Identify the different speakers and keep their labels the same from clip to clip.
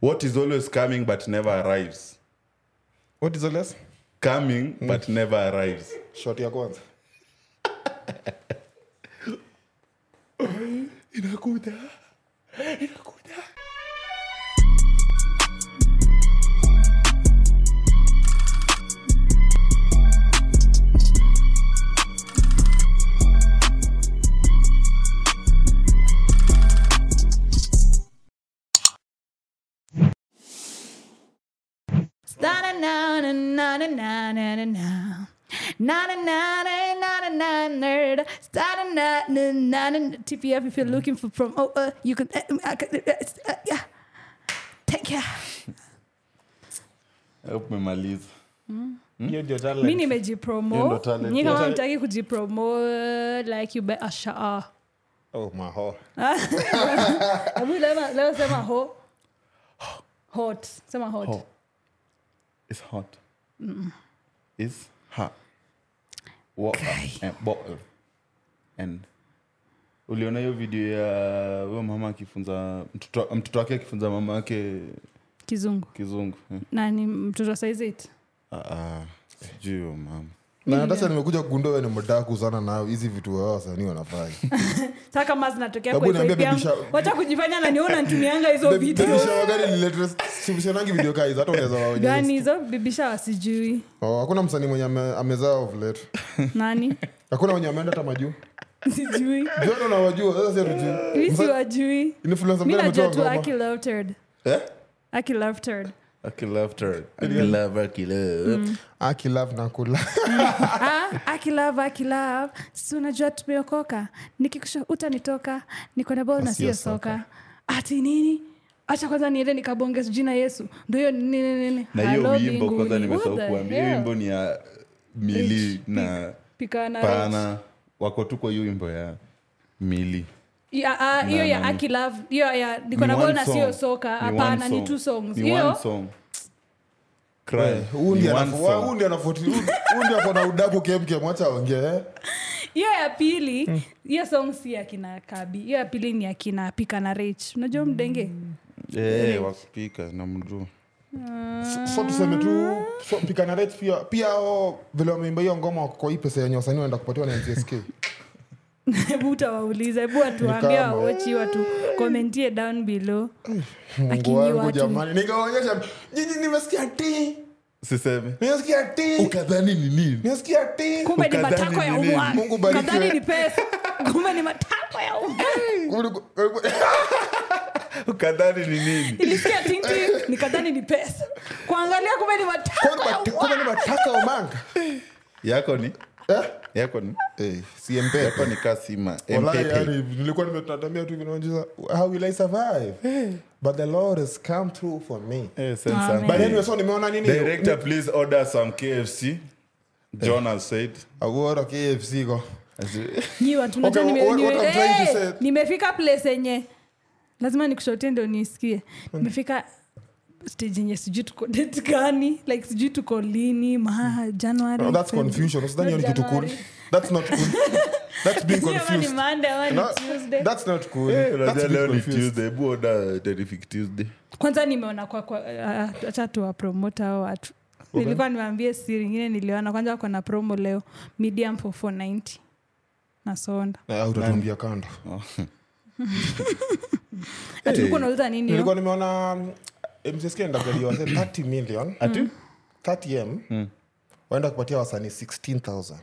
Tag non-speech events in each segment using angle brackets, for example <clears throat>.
Speaker 1: what is always coming but never arrives
Speaker 2: what is the less
Speaker 1: coming but never arrives
Speaker 2: shot ya kwanza
Speaker 1: inakuja inakuja
Speaker 3: TPF, if you're looking for prom, oh, uh, you can, uh, um, I can- uh, it's, uh, yeah, take care.
Speaker 1: umemaliza
Speaker 3: Hmm?
Speaker 2: hiyo ndio talent.
Speaker 3: Mi nimejipromo.
Speaker 1: Hiyo ndo talent.
Speaker 3: Nyi kama
Speaker 2: Hiyo
Speaker 3: mtaki kujipromo, like you better shut up.
Speaker 2: oh maho
Speaker 3: Hebu leo- leo sema ho. Hot. Sema hot.
Speaker 1: Ho. It's hot.
Speaker 3: Mm.
Speaker 1: It's hot. Wa- eh, bottle. And uliona hiyo video ya huyo mama akifunza mtoto mtoto wake akifunza mama yake
Speaker 3: Kizungu.
Speaker 1: kizungu eh?
Speaker 3: Nani mtoto saizi it?
Speaker 1: Ah, ah, sijui huyo mama
Speaker 4: na hata sasa nimekuja kugundua wewe ni mdaa kuuzana nao hizi vitu wao wasanii
Speaker 3: <laughs>
Speaker 4: wanafanya
Speaker 3: Sasa kama zinatokea
Speaker 4: Babu,
Speaker 3: kwa hivyo
Speaker 4: niambia
Speaker 3: hivi yangu.
Speaker 4: bibisha-
Speaker 3: Wacha kujifanya na niona nitumianga hizo video.
Speaker 4: shawagari video guys hata unaweza
Speaker 3: Gani
Speaker 4: waonyesha
Speaker 3: hizo
Speaker 1: <laughs>
Speaker 3: bibisha wasijui.
Speaker 4: oh, hakuna msanii mwenye ame- amezaa of late
Speaker 3: Nani? <laughs>
Speaker 4: hakuna mwenye ameenda hata majuu
Speaker 3: Sijui.
Speaker 4: jono nawajua sasa sijui
Speaker 3: Mimi siwajui.
Speaker 4: influencer
Speaker 3: Mimi
Speaker 4: mgani
Speaker 3: najua
Speaker 4: ametoa
Speaker 3: tu Aki
Speaker 4: ngoma
Speaker 3: Loved.
Speaker 1: eh?
Speaker 3: Aki Loved.
Speaker 1: Aki loved her. Aki loved, Aki loved.
Speaker 3: Mm.
Speaker 4: aki love na kula
Speaker 3: Ah, akilav akilav si unajua tumeokoka nikikusha utanitoka niko na bao na
Speaker 4: Asiyo
Speaker 3: siyo
Speaker 4: soka.
Speaker 3: soka ati nini acha kwanza niende nikabonge jina yesu ndo hiyo nini nini
Speaker 1: na hiyo
Speaker 3: Halo
Speaker 1: wimbo
Speaker 3: mbinguni.
Speaker 1: kwanza
Speaker 3: What the
Speaker 1: nimesahau kuambia hiyo
Speaker 3: hell?
Speaker 1: wimbo ni ya mili na
Speaker 3: Pikana Rich.
Speaker 1: pana wako tu kwa hiyo wimbo ya mili
Speaker 3: Ya, ah, hiyo
Speaker 1: Na
Speaker 3: ya
Speaker 1: nani.
Speaker 3: akilav hiyo ya niko
Speaker 1: Ni
Speaker 3: na bao
Speaker 1: one
Speaker 3: na
Speaker 1: song.
Speaker 3: siyo soka
Speaker 1: Ni one
Speaker 3: hapana ni
Speaker 1: song.
Speaker 3: two songs
Speaker 1: Ni one
Speaker 3: hiyo
Speaker 1: song. Cry.
Speaker 4: Eh, huu
Speaker 1: Ni
Speaker 4: ndiye
Speaker 1: one
Speaker 4: anafu-
Speaker 1: song.
Speaker 4: huu ndiye anafuati- huu- huu ndiye ako na udaku kemkem wacha aongee
Speaker 3: hiyo ya pili hiyo song si ya kina kabi hiyo ya pili ni ya kina pikana rich unajua mdenge <laughs>
Speaker 1: Eh, wakupika namjua
Speaker 4: so tuseme tu so, pikana rates pia pia hao vile wameimba hiyo ngoma wako kwa hii pesa yenye wasanii wanaenda kupatiwa na ntsk
Speaker 3: hebu utawauliza hebu watuambie
Speaker 4: kama-
Speaker 3: wawochi watu komentie down below
Speaker 4: mungu
Speaker 3: <laughs> Lakini
Speaker 4: wangu
Speaker 3: watu-
Speaker 4: jamani nikawaonyesha nyinyi nimesikia ti
Speaker 1: siseme
Speaker 4: nimesikia ti
Speaker 1: ukadhani ni nini
Speaker 4: nimesikia ti
Speaker 3: kumbe ni
Speaker 1: Ukadhani
Speaker 3: matako ya
Speaker 1: ni nini?
Speaker 3: umwa
Speaker 4: Mungu barikiwe.
Speaker 3: kadhani ni pesa kumbe ni matako ya umwa
Speaker 1: <laughs> ukadhani ni nini
Speaker 3: nilisikia tinti nikadhani ni pesa kuangalia kumbe ni matako ya
Speaker 4: kama ni
Speaker 3: umwa
Speaker 4: mataka
Speaker 3: <laughs>
Speaker 4: omanga
Speaker 1: yako ni
Speaker 4: Eh?
Speaker 1: yako ni yako ni kasima mpepe
Speaker 4: nilikuwa nimetadamia tu vinaonjeza how will i survive
Speaker 3: Eh.
Speaker 4: but the lord has come through for me
Speaker 1: Eh, send
Speaker 3: Amen.
Speaker 1: something.
Speaker 4: but anyway so nimeona nini
Speaker 1: director please order some kfc john has said Eh,
Speaker 4: award kfc go
Speaker 3: nyi watu unajua
Speaker 4: Okay,
Speaker 3: nime-
Speaker 4: what- what
Speaker 3: nime-
Speaker 4: I'm trying to say-
Speaker 3: Eh, nimefika place yenye lazima nikushotie ndio nisikie
Speaker 4: Hmm.
Speaker 3: nimefika stage yenye sijui tuko date gani like sijui tuko lini maa januari
Speaker 4: Oh, that's confusion usidhani hiyo ni kitu cool
Speaker 3: Januari.
Speaker 4: that's not cool that's
Speaker 3: <laughs>
Speaker 4: being
Speaker 3: Sijui kama ni
Speaker 4: confused
Speaker 3: Monday ama ni
Speaker 4: No,
Speaker 3: Tuesday.
Speaker 4: that's not cool. That's
Speaker 1: Eh, unajua
Speaker 4: a bit
Speaker 1: leo ni
Speaker 4: confused.
Speaker 1: tuesday hebu order terrific tuesday
Speaker 3: kwanza nimeona kwa kwa uh, acha tuwapromota hao watu nilikuwa niwaambie siri ingine niliona kwanza wako na promo leo medium for 490 na sonda
Speaker 4: Eh, au utatuambia kando
Speaker 3: atulikuwa nauza nini hiyo?
Speaker 4: nilikuwa nimeona eh, mcsk ndagaliwa 30
Speaker 1: <clears throat>
Speaker 4: million 30m
Speaker 1: Hmm.
Speaker 4: waenda kupatia wasanii Eh. 16000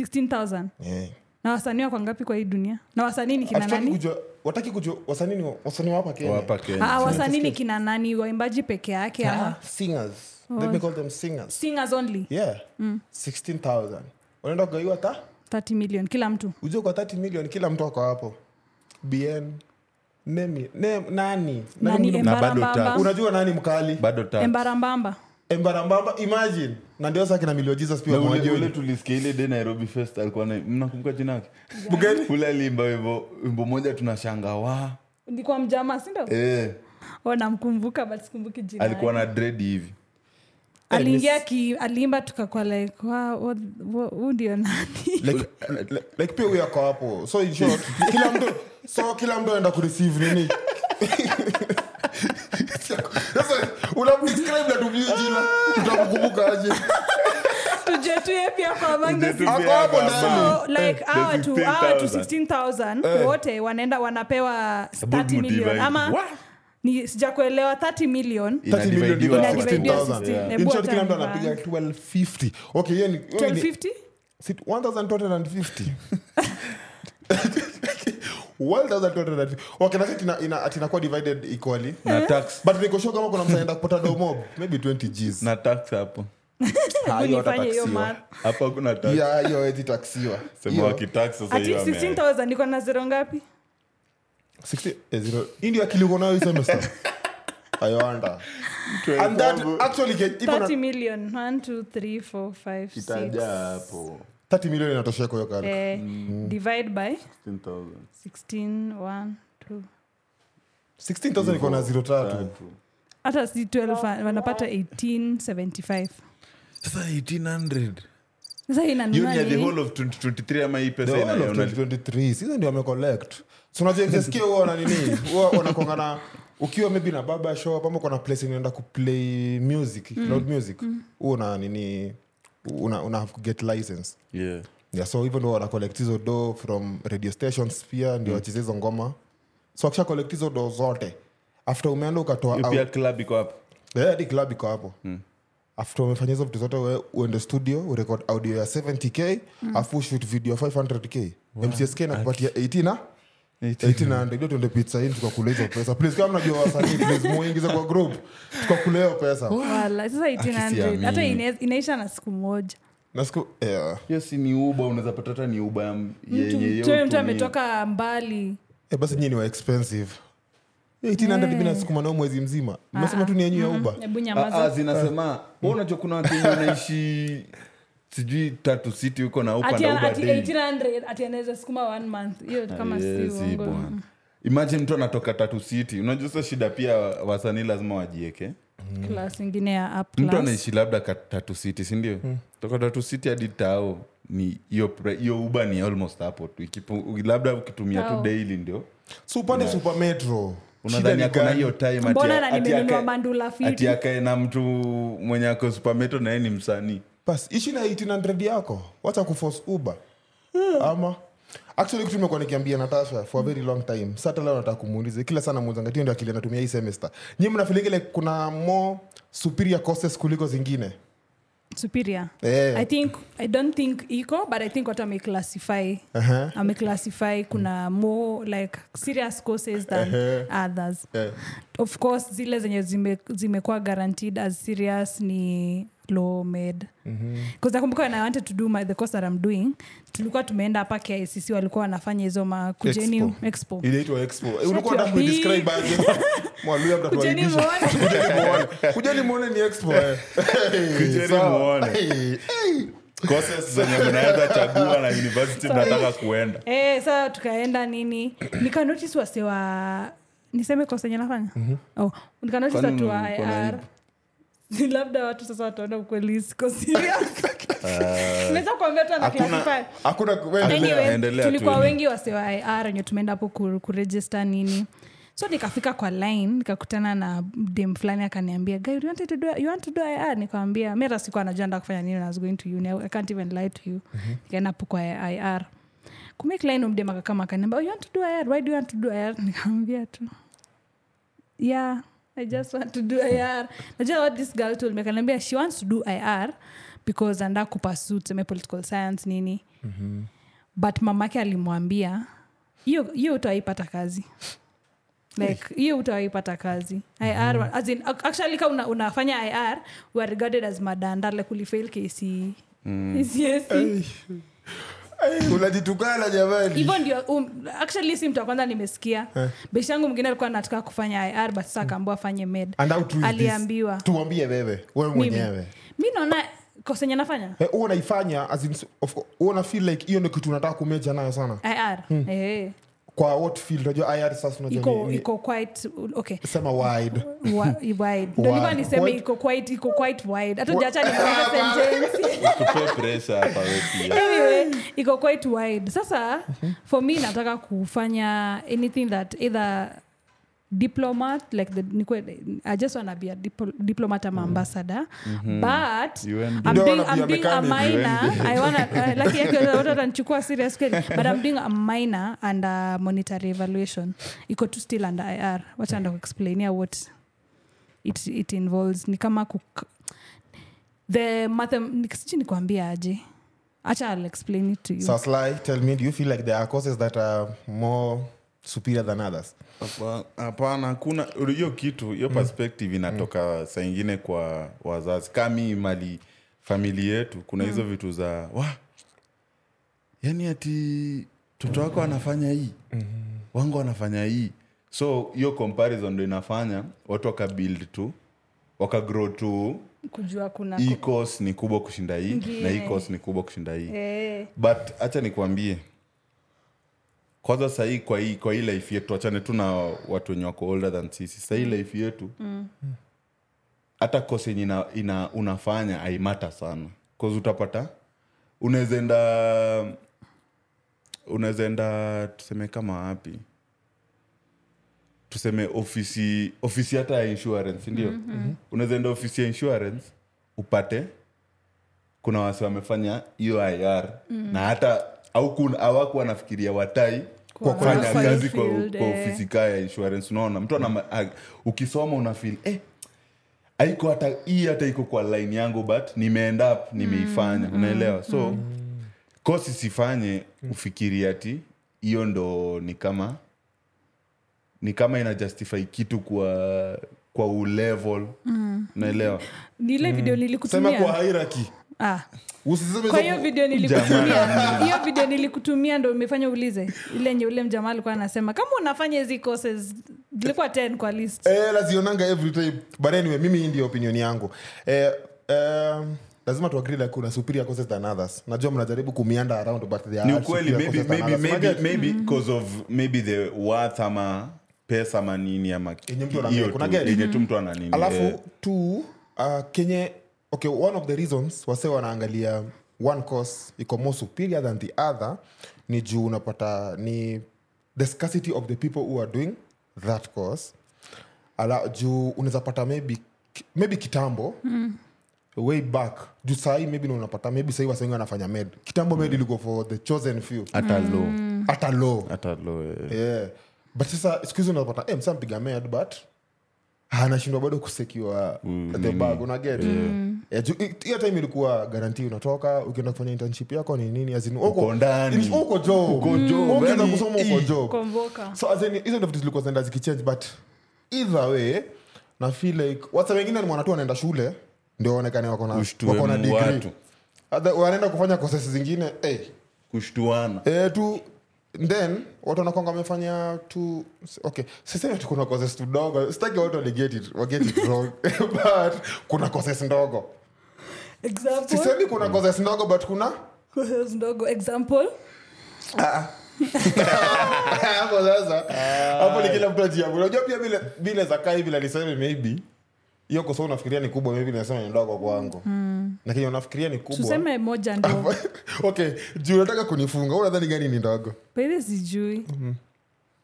Speaker 3: 16000
Speaker 4: Yeah.
Speaker 3: oh? na wasanii wako ngapi kwa hii dunia na wasanii ni kina
Speaker 4: Hatutaki
Speaker 3: nani
Speaker 4: kujua- wataki kujua wasanii ni wasanii wapa
Speaker 1: wapa
Speaker 4: kenya
Speaker 1: kenya
Speaker 3: Ah, wasanii ni kina nani waimbaji peke yake ah. Oh.
Speaker 4: singers let me call them singers
Speaker 3: singers only
Speaker 4: yeah
Speaker 3: Hmm.
Speaker 4: 16000 wanaenda kugaiwa ta
Speaker 3: 30 million kila mtu
Speaker 4: ujue kwa 30 million kila mtu ako hapo bn nemi ne, nani
Speaker 3: nani
Speaker 4: mno-
Speaker 1: Na bado tatu.
Speaker 3: embarambamba
Speaker 4: unajua nani mkali
Speaker 1: bado tatu
Speaker 3: embarambamba
Speaker 4: embarambamba imagine na ndio sasa kina milio jesus pia
Speaker 1: Na ule-
Speaker 4: wanajua.
Speaker 1: ule tulisikia ile de nairobi fest alikuwa na mnakumbuka jina <laughs> yake ule aliimba wimbo wimbo moja tunashangawa
Speaker 3: ndikuwa mjama sindo
Speaker 1: eh,
Speaker 3: oh, namkumbuka but sikumbuki jina
Speaker 1: alikuwa na dread hivi
Speaker 3: aliingia ki aliimba tukakuwa like wow, what- what- huu
Speaker 1: <laughs>
Speaker 3: ndio nani
Speaker 4: like, like, like pia huyo ako hapo so in short
Speaker 1: <laughs>
Speaker 4: kila mtu so kila mtu anaenda kureceive nini hujui jina tutakukumbuka aje
Speaker 3: tujetue pia kwa mange
Speaker 1: Tujetue
Speaker 4: Ako
Speaker 1: pia
Speaker 4: hapo
Speaker 1: kwa
Speaker 4: ndani.
Speaker 1: bangi.
Speaker 3: So, like
Speaker 1: The
Speaker 3: hawa tu hawa tu
Speaker 1: 16,000. Eh.
Speaker 3: 16000 wote wanaenda wanapewa
Speaker 1: Bold
Speaker 3: 30
Speaker 1: Mood
Speaker 3: million
Speaker 1: divide.
Speaker 3: ama
Speaker 1: What?
Speaker 3: ni sijakuelewa 30 million
Speaker 1: Inadividiwa
Speaker 4: million
Speaker 1: kwa
Speaker 4: divide
Speaker 3: by
Speaker 1: 16,000.
Speaker 3: 16,000.
Speaker 1: Yeah.
Speaker 3: Hebu
Speaker 4: In short, kila mtu
Speaker 3: atanivaa.
Speaker 4: anapiga 1250 okay hiyo ni- hiyo ni
Speaker 3: 1250
Speaker 4: Sit- 1250 1250 okay na tina ina atinakuwa divided equally
Speaker 1: na tax
Speaker 4: but niko sure kama kuna mtu anaenda kupata domob maybe 20 gs
Speaker 1: na tax hapo
Speaker 4: Ah, hiyo hata
Speaker 3: nifanye hiyo
Speaker 4: taxiwa.
Speaker 3: math
Speaker 1: hapo hakuna tax
Speaker 4: Yeah, hiyo hawezi taxiwa.
Speaker 1: sema
Speaker 4: Hiyo-
Speaker 1: wakitax sasa
Speaker 3: ati
Speaker 1: hiyo ame-
Speaker 3: 16000 niko na zero ngapi
Speaker 4: 60 eh, zero. Hii ndio akili uko nayo hii semester. I wonder. And that actually get- iko na-
Speaker 3: 30 million 1 2 3 4 5
Speaker 1: itajaa
Speaker 3: 6
Speaker 1: hapo
Speaker 4: 30 million inatoshea kwa hiyo kalku.
Speaker 3: eh,
Speaker 1: Mm.
Speaker 3: divide by
Speaker 1: 16,000.
Speaker 3: 16 1 2
Speaker 4: 16,000 iko na zero tatu.
Speaker 1: Tatu.
Speaker 3: hata si 12 wanapata 1875
Speaker 1: sasa 1800
Speaker 3: sasa hii
Speaker 1: hiyo
Speaker 3: inanunua
Speaker 1: ni ya the
Speaker 3: nini?
Speaker 1: whole of 2023 ama hii
Speaker 4: The
Speaker 1: pesa
Speaker 4: whole of
Speaker 1: ina- una-
Speaker 4: 2023 season ndio wamecollect So unajua msisikie huwa wana nini huwa wanakuanga na ukiwa maybe na baba show up ama kuna place inaenda kuplay music loud music huwa una nini una, una have to get license
Speaker 1: Yeah.
Speaker 4: yeah, so hivyo ndo wanacollect hizo do from radio stations pia ndio wacheze hizo ngoma so akisha collect hizo do zote after umeenda ukatoa
Speaker 1: Hiyo
Speaker 4: out-
Speaker 1: pia club iko hapo
Speaker 4: Eh, hadi club iko hapo after umefanya hizo vitu zote we uende studio urekod audio ya 70k afu shoot video ya 500k mcsk nakupatia 80 na 800 ndio tuende pizza hii tukakula hizo pesa please kama mnajua wasanii please muingize kwa group tukakula hiyo pesa
Speaker 3: Wala,
Speaker 1: Ah,
Speaker 3: sasa 1800 hata
Speaker 1: Akisiamini.
Speaker 3: ine- inaisha na siku moja
Speaker 4: na siku yeah.
Speaker 1: hiyo si ni uba unaweza pata hata ni uba ya m-
Speaker 3: Mtu-
Speaker 1: yenye hiyo
Speaker 3: mtu mtu
Speaker 1: hutumii.
Speaker 3: ametoka mbali
Speaker 4: eh, basi nyinyi ni wa expensive 800 hivi nasukuma nao mwezi mzima mnasema tu ni yenyu ya uba
Speaker 3: hebu
Speaker 1: Ah, ah,
Speaker 3: nyamaza
Speaker 1: zinasema we unajua kuna watu wenye wanaishi <laughs> sijui tatu city huko na
Speaker 3: ati
Speaker 1: upanda
Speaker 3: ati 1800 ati anaweza sukuma one month hiyo
Speaker 1: Ah,
Speaker 3: kama si uongo
Speaker 1: imagine mtu anatoka tatu city unajua sasa shida pia wasanii lazima wajieke
Speaker 3: class ingine ya up
Speaker 1: mtu
Speaker 3: class Hmm.
Speaker 1: anaishi labda ka- tatu city sindio mm. toka tatu city hadi tao ni hiyo pre- hiyo uba ni almost hapo tu Ikipu- labda ukitumia tu
Speaker 3: Tao.
Speaker 1: daily ndio
Speaker 4: so upande super metro shida
Speaker 1: unadhani
Speaker 4: ni
Speaker 1: akona
Speaker 4: gani
Speaker 1: hiyo time ati-
Speaker 3: mbona na
Speaker 1: ati
Speaker 3: nimenunua
Speaker 1: akae-
Speaker 3: mandula
Speaker 1: ati
Speaker 3: fiti
Speaker 1: akae na mtu mwenye ako supameto naye ni msanii
Speaker 4: bas ishi na 800 yako wacha kuforce uber
Speaker 3: Hmm.
Speaker 4: ama actually kitu nimekuwa nikiambia natasha for a very long time sata leo nataka kumuuliza kila sana muzangatio ndio akili anatumia hii semester nyi mnafilingile kuna more superior courses kuliko zingine
Speaker 3: superior
Speaker 4: Eh.
Speaker 3: i think i don't think iko but i think what ameclassify
Speaker 4: Aha.
Speaker 3: ameclassify kuna more like serious courses than others
Speaker 4: Eh.
Speaker 3: of course zile zenye zime- zimekuwa guaranteed as serious ni law med bcause nakumbuka when i wanted to do my, the course that i'm doing tulikuwa tumeenda hapa kiscc walikuwa wanafanya hizo makujeni expo,
Speaker 4: Expo. inaitwa expo Eh, ulikuwa
Speaker 3: your
Speaker 4: unataka kuidescribe aje
Speaker 3: <laughs>
Speaker 4: Mwaluya labda
Speaker 3: kujeni
Speaker 4: tuwaibishe.
Speaker 3: mwone
Speaker 4: Kujeni muone. kujeni muone ni expo eh. Hey,
Speaker 1: <laughs> Kujeni
Speaker 4: sawa.
Speaker 1: muone.
Speaker 4: Hey, hey.
Speaker 1: courses zenye mnaweza chagua na university mnataka kuenda
Speaker 3: Eh, saa
Speaker 1: <clears throat>
Speaker 3: tukaenda nini nikanotis wasewa niseme kosenye nafanya oh, nikanotis
Speaker 1: Mhm. Kwani
Speaker 3: watu wa
Speaker 1: mko na
Speaker 3: <laughs> ir labda watu sasa wataona ukweli
Speaker 1: <laughs>
Speaker 3: siko serious <laughs> naweza kuambia tu ana
Speaker 1: hakuna-
Speaker 3: classify
Speaker 4: hakuna
Speaker 3: Anyway,
Speaker 4: kuendelea
Speaker 1: Endelea tu,
Speaker 3: tulikuwa
Speaker 1: Amy.
Speaker 3: wengi wasewa ir wenye tumeenda hapo ku- kurejista nini so nikafika kwa line nikakutana na dem fulani akaniambia "Guy, you wanted to do- you want to do ir nikawambia mi hata sikuwa najua nda kufanya nini when I was going to uni I can't even lie to you
Speaker 1: Mhm.
Speaker 3: nikaenda hapo kwa ir kumekline umdem akakama akaniambia "Oh, you want to do ir why do you want to do ir nikamwambia tu yeah i just want to do ir najua what this girl told me akaniambia she wants to do ir because anda kupursue tuseme political science nini but mamake alimwambia hiyo hiyo utawaipata kazi like hiyo utawaipata kazi ir wa- as in, ac- actually ka una, unafanya ir we are regarded as madanda like ulifail kc
Speaker 4: Eh.
Speaker 3: kcse
Speaker 4: Hey, unajitukana jamani
Speaker 3: hivyo ndio um, actually si mtu wa kwanza nimesikia
Speaker 4: Eh.
Speaker 3: beshi yangu mwingine alikuwa anataka kufanya ir but sasa akaambiwa afanye med
Speaker 4: And how true is this?
Speaker 3: aliambiwa
Speaker 4: tuambie wewe wewe
Speaker 3: Mimi.
Speaker 4: mwenyewe
Speaker 3: mi naona kosenye nafanya
Speaker 4: Eh, huwa unaifanya as in, of- huwa una feel like hiyo ndio kitu unataka kumeja nayo sana
Speaker 3: ir
Speaker 4: Mm.
Speaker 3: eh,
Speaker 4: kwa what field unajua ir sasa unajua ni-
Speaker 3: iko
Speaker 4: ni-
Speaker 3: iko quite okay
Speaker 4: sema wide
Speaker 3: Wa- wide. Ndio nilikuwa niseme
Speaker 4: Wide.
Speaker 3: iko quite iko quite wide hata
Speaker 1: <laughs>
Speaker 3: jacha sentence
Speaker 1: Usitupe pressure hapa wewe pia.
Speaker 3: anyway iko quite wide sasa for me nataka kufanya anything that either diplomat like the, nikwe, i just wanna be a dipl- diplomat ama ambassador
Speaker 1: UN
Speaker 3: but i'm
Speaker 4: Ndio wanna be
Speaker 3: doing, I'm
Speaker 4: a
Speaker 3: doing a
Speaker 4: mechanic, UN
Speaker 3: minor i wanna uh, like yake watu watanchukua serious kweli but i'm doing a minor and a monetary evaluation iko tu still under ir wacha enda kuexplainia what it, it involves ni kama kuk the mathem sijui nikuambia aje acha i'll explain it to you
Speaker 4: So Sly, tell me, do you feel like there are courses that are more superior than others?
Speaker 1: Hapa- hapana hakuna hiyo kitu hiyo perspective inatoka saa ingine kwa wazazi kami mali famili yetu kuna hizo vitu za wa yani ati mtoto wako anafanya hii wangu anafanya hii so hiyo comparison ndo inafanya watu wakabuild tu wakagrow tu
Speaker 3: kujua kuna
Speaker 1: hii course ni kubwa kushinda hii na hii
Speaker 3: Ngine.
Speaker 1: course ni kubwa kushinda hii
Speaker 3: Eh.
Speaker 1: but hacha nikuambie kwanza sahii kwa hii kwa hii life yetu achane tu na watu wenye wako older than sisi sahii life yetu hata kosi yenye ina, ina, unafanya aimata sana cause utapata unawezaenda unawezaenda tuseme kama wapi tuseme ofisi ofisi hata ya insurance ndio mm-hmm. unawezaenda ofisi ya insurance upate kuna wasi wamefanya hiyo ir mm. na hata au awaku wanafikiria watai
Speaker 3: Kwa
Speaker 1: kufanya
Speaker 3: kwa
Speaker 1: kazi
Speaker 3: hii
Speaker 1: kwa,
Speaker 3: field,
Speaker 1: kwa
Speaker 3: eh.
Speaker 1: ofisi kaa ya insurance unaona mtu ana ukisoma unafil eh, aiko hata hii hata iko kwa line yangu but nimeend up nimeifanya mm, unaelewa so mm. kosi sifanye ufikiri ati hiyo ndo ni kama ni kama ina justify kitu kwa kwa ulevel mm. naelewa
Speaker 3: ni ile video
Speaker 1: Mm.
Speaker 4: Sema kwa
Speaker 3: nilikutumia
Speaker 4: hierarchy.
Speaker 3: ah.
Speaker 4: Usiseme
Speaker 3: kwa
Speaker 4: hizo-
Speaker 3: hiyo video nilikutumia hiyo video nilikutumia ndo imefanya ulize ile nye ule mjamaa alikuwa anasema kama unafanya hizi courses zilikuwa 10 kwa list
Speaker 4: Eh, lazionanga every time but anyway mimi hii ndio opinion yangu eh, um, lazima tuagree like kuna superior courses than others najua mnajaribu kumianda around but there
Speaker 1: ni
Speaker 4: are
Speaker 1: ukweli
Speaker 4: superior
Speaker 1: maybe
Speaker 4: courses than
Speaker 1: maybe
Speaker 4: others.
Speaker 1: maybe maybe
Speaker 4: Unajua,
Speaker 1: because of maybe the worth ama pesa ama nini ama
Speaker 4: Yenye mtu ana-
Speaker 1: hiyo tu,
Speaker 4: kuna gari.
Speaker 1: yenye tu mtu ana nini eh.
Speaker 4: alafu two uh, kenye okay one of the reasons wase wanaangalia one course iko more superior than the other ni juu unapata ni the scarcity of the people who are doing that course ala juu unaweza pata maybe maybe kitambo mm. way back juu sahii maybe na unapata maybe sahii wasengi wanafanya med kitambo med ilikuwa for the chosen few
Speaker 1: hata low
Speaker 4: hata Mm. low
Speaker 1: hata low eh.
Speaker 4: yeah. but sasa siku hizi unapata eh, msa mpiga med but anashindwa bado kusekiwa the bag unaget Mm. Yeah, juu- i- hiyo time ilikuwa garanti unatoka ukienda kufanya internship yako ni nini as in uko-
Speaker 1: Uko ndani.
Speaker 4: in- uko job. Yaani,
Speaker 1: Uko job,
Speaker 4: Ukienda
Speaker 1: yani,
Speaker 4: kusoma uko
Speaker 1: eh.
Speaker 4: job
Speaker 3: komboka
Speaker 4: so as in, hizo ndio vitu zilikuwa zinaenda zikichange but either way na feel like wasa wengine ni mwanatu wanaenda shule ndio waonekane wako na
Speaker 1: Ushtue
Speaker 4: wako na
Speaker 1: mu
Speaker 4: degree.
Speaker 1: watu.
Speaker 4: Other- wanaenda kufanya courses zingine eh,
Speaker 1: kushtuana
Speaker 4: eh, tu then watu wanakwanga wamefanya tu okay siseme tu kuna koses tudogo sitaki watu waliget it waget it wrong <laughs> but kuna koses ndogo
Speaker 3: example
Speaker 4: sisemi kuna koses ndogo but kuna <laughs>
Speaker 3: courses ndogo example
Speaker 4: hapo sasa hapo ni kila mtu ajiamu unajua pia vile vile za kai vile alisema maybe hiyo kosa unafikiria ni kubwa maybe nasema ni ndogo kwangu lakini unafikiria ni kubwa
Speaker 3: tuseme moja ndo
Speaker 4: <laughs> okay juu unataka kunifunga wewe unadhani gani ni ndogo
Speaker 3: pahili sijui
Speaker 4: Mm-hmm.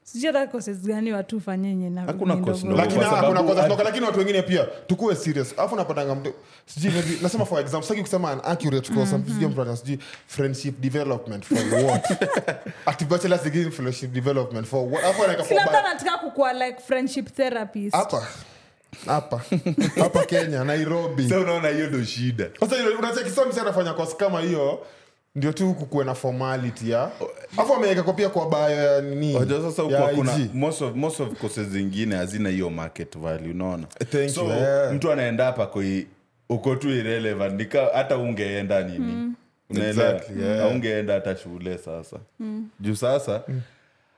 Speaker 3: sijui hata courses gani watu ufanye yenye na-
Speaker 1: Hakuna
Speaker 3: ni
Speaker 1: course
Speaker 3: ndogo.
Speaker 1: ndogo.
Speaker 4: lakini
Speaker 1: Kwa
Speaker 4: ah,
Speaker 1: sababu
Speaker 4: kuna kosa
Speaker 1: ad-
Speaker 4: kutoka, lakini watu wengine pia tukuwe serious alafu napatanga mtu sijui maybe- nasema for example sitaki kusema an accurate course sijui mtu ana sijui friendship development for what at bachelor's degree in friendship development for what alafu anaweka for
Speaker 3: kila mtu
Speaker 4: bio-
Speaker 3: anataka kukua like friendship therapist
Speaker 4: hapa hapa hapa Kenya Nairobi
Speaker 1: sa unaona hiyo ndo shida
Speaker 4: sasa ile- unacheki sasa msi anafanya kosi kama hiyo ndio tu kukuwe na formality ya alafu ameweka kopia kwa bio ya nini
Speaker 1: Wajua sasa huko
Speaker 4: ya
Speaker 1: hakuna
Speaker 4: IG.
Speaker 1: most of, most of courses zingine hazina hiyo market value unaona
Speaker 4: Thank
Speaker 1: so
Speaker 4: you, yeah.
Speaker 1: mtu anaenda hapa koi uko tu irrelevant nika hata ungeenda nini unaelewa
Speaker 4: Exactly, yeah.
Speaker 1: Na ungeenda hata shule sasa juu sasa
Speaker 4: Mm.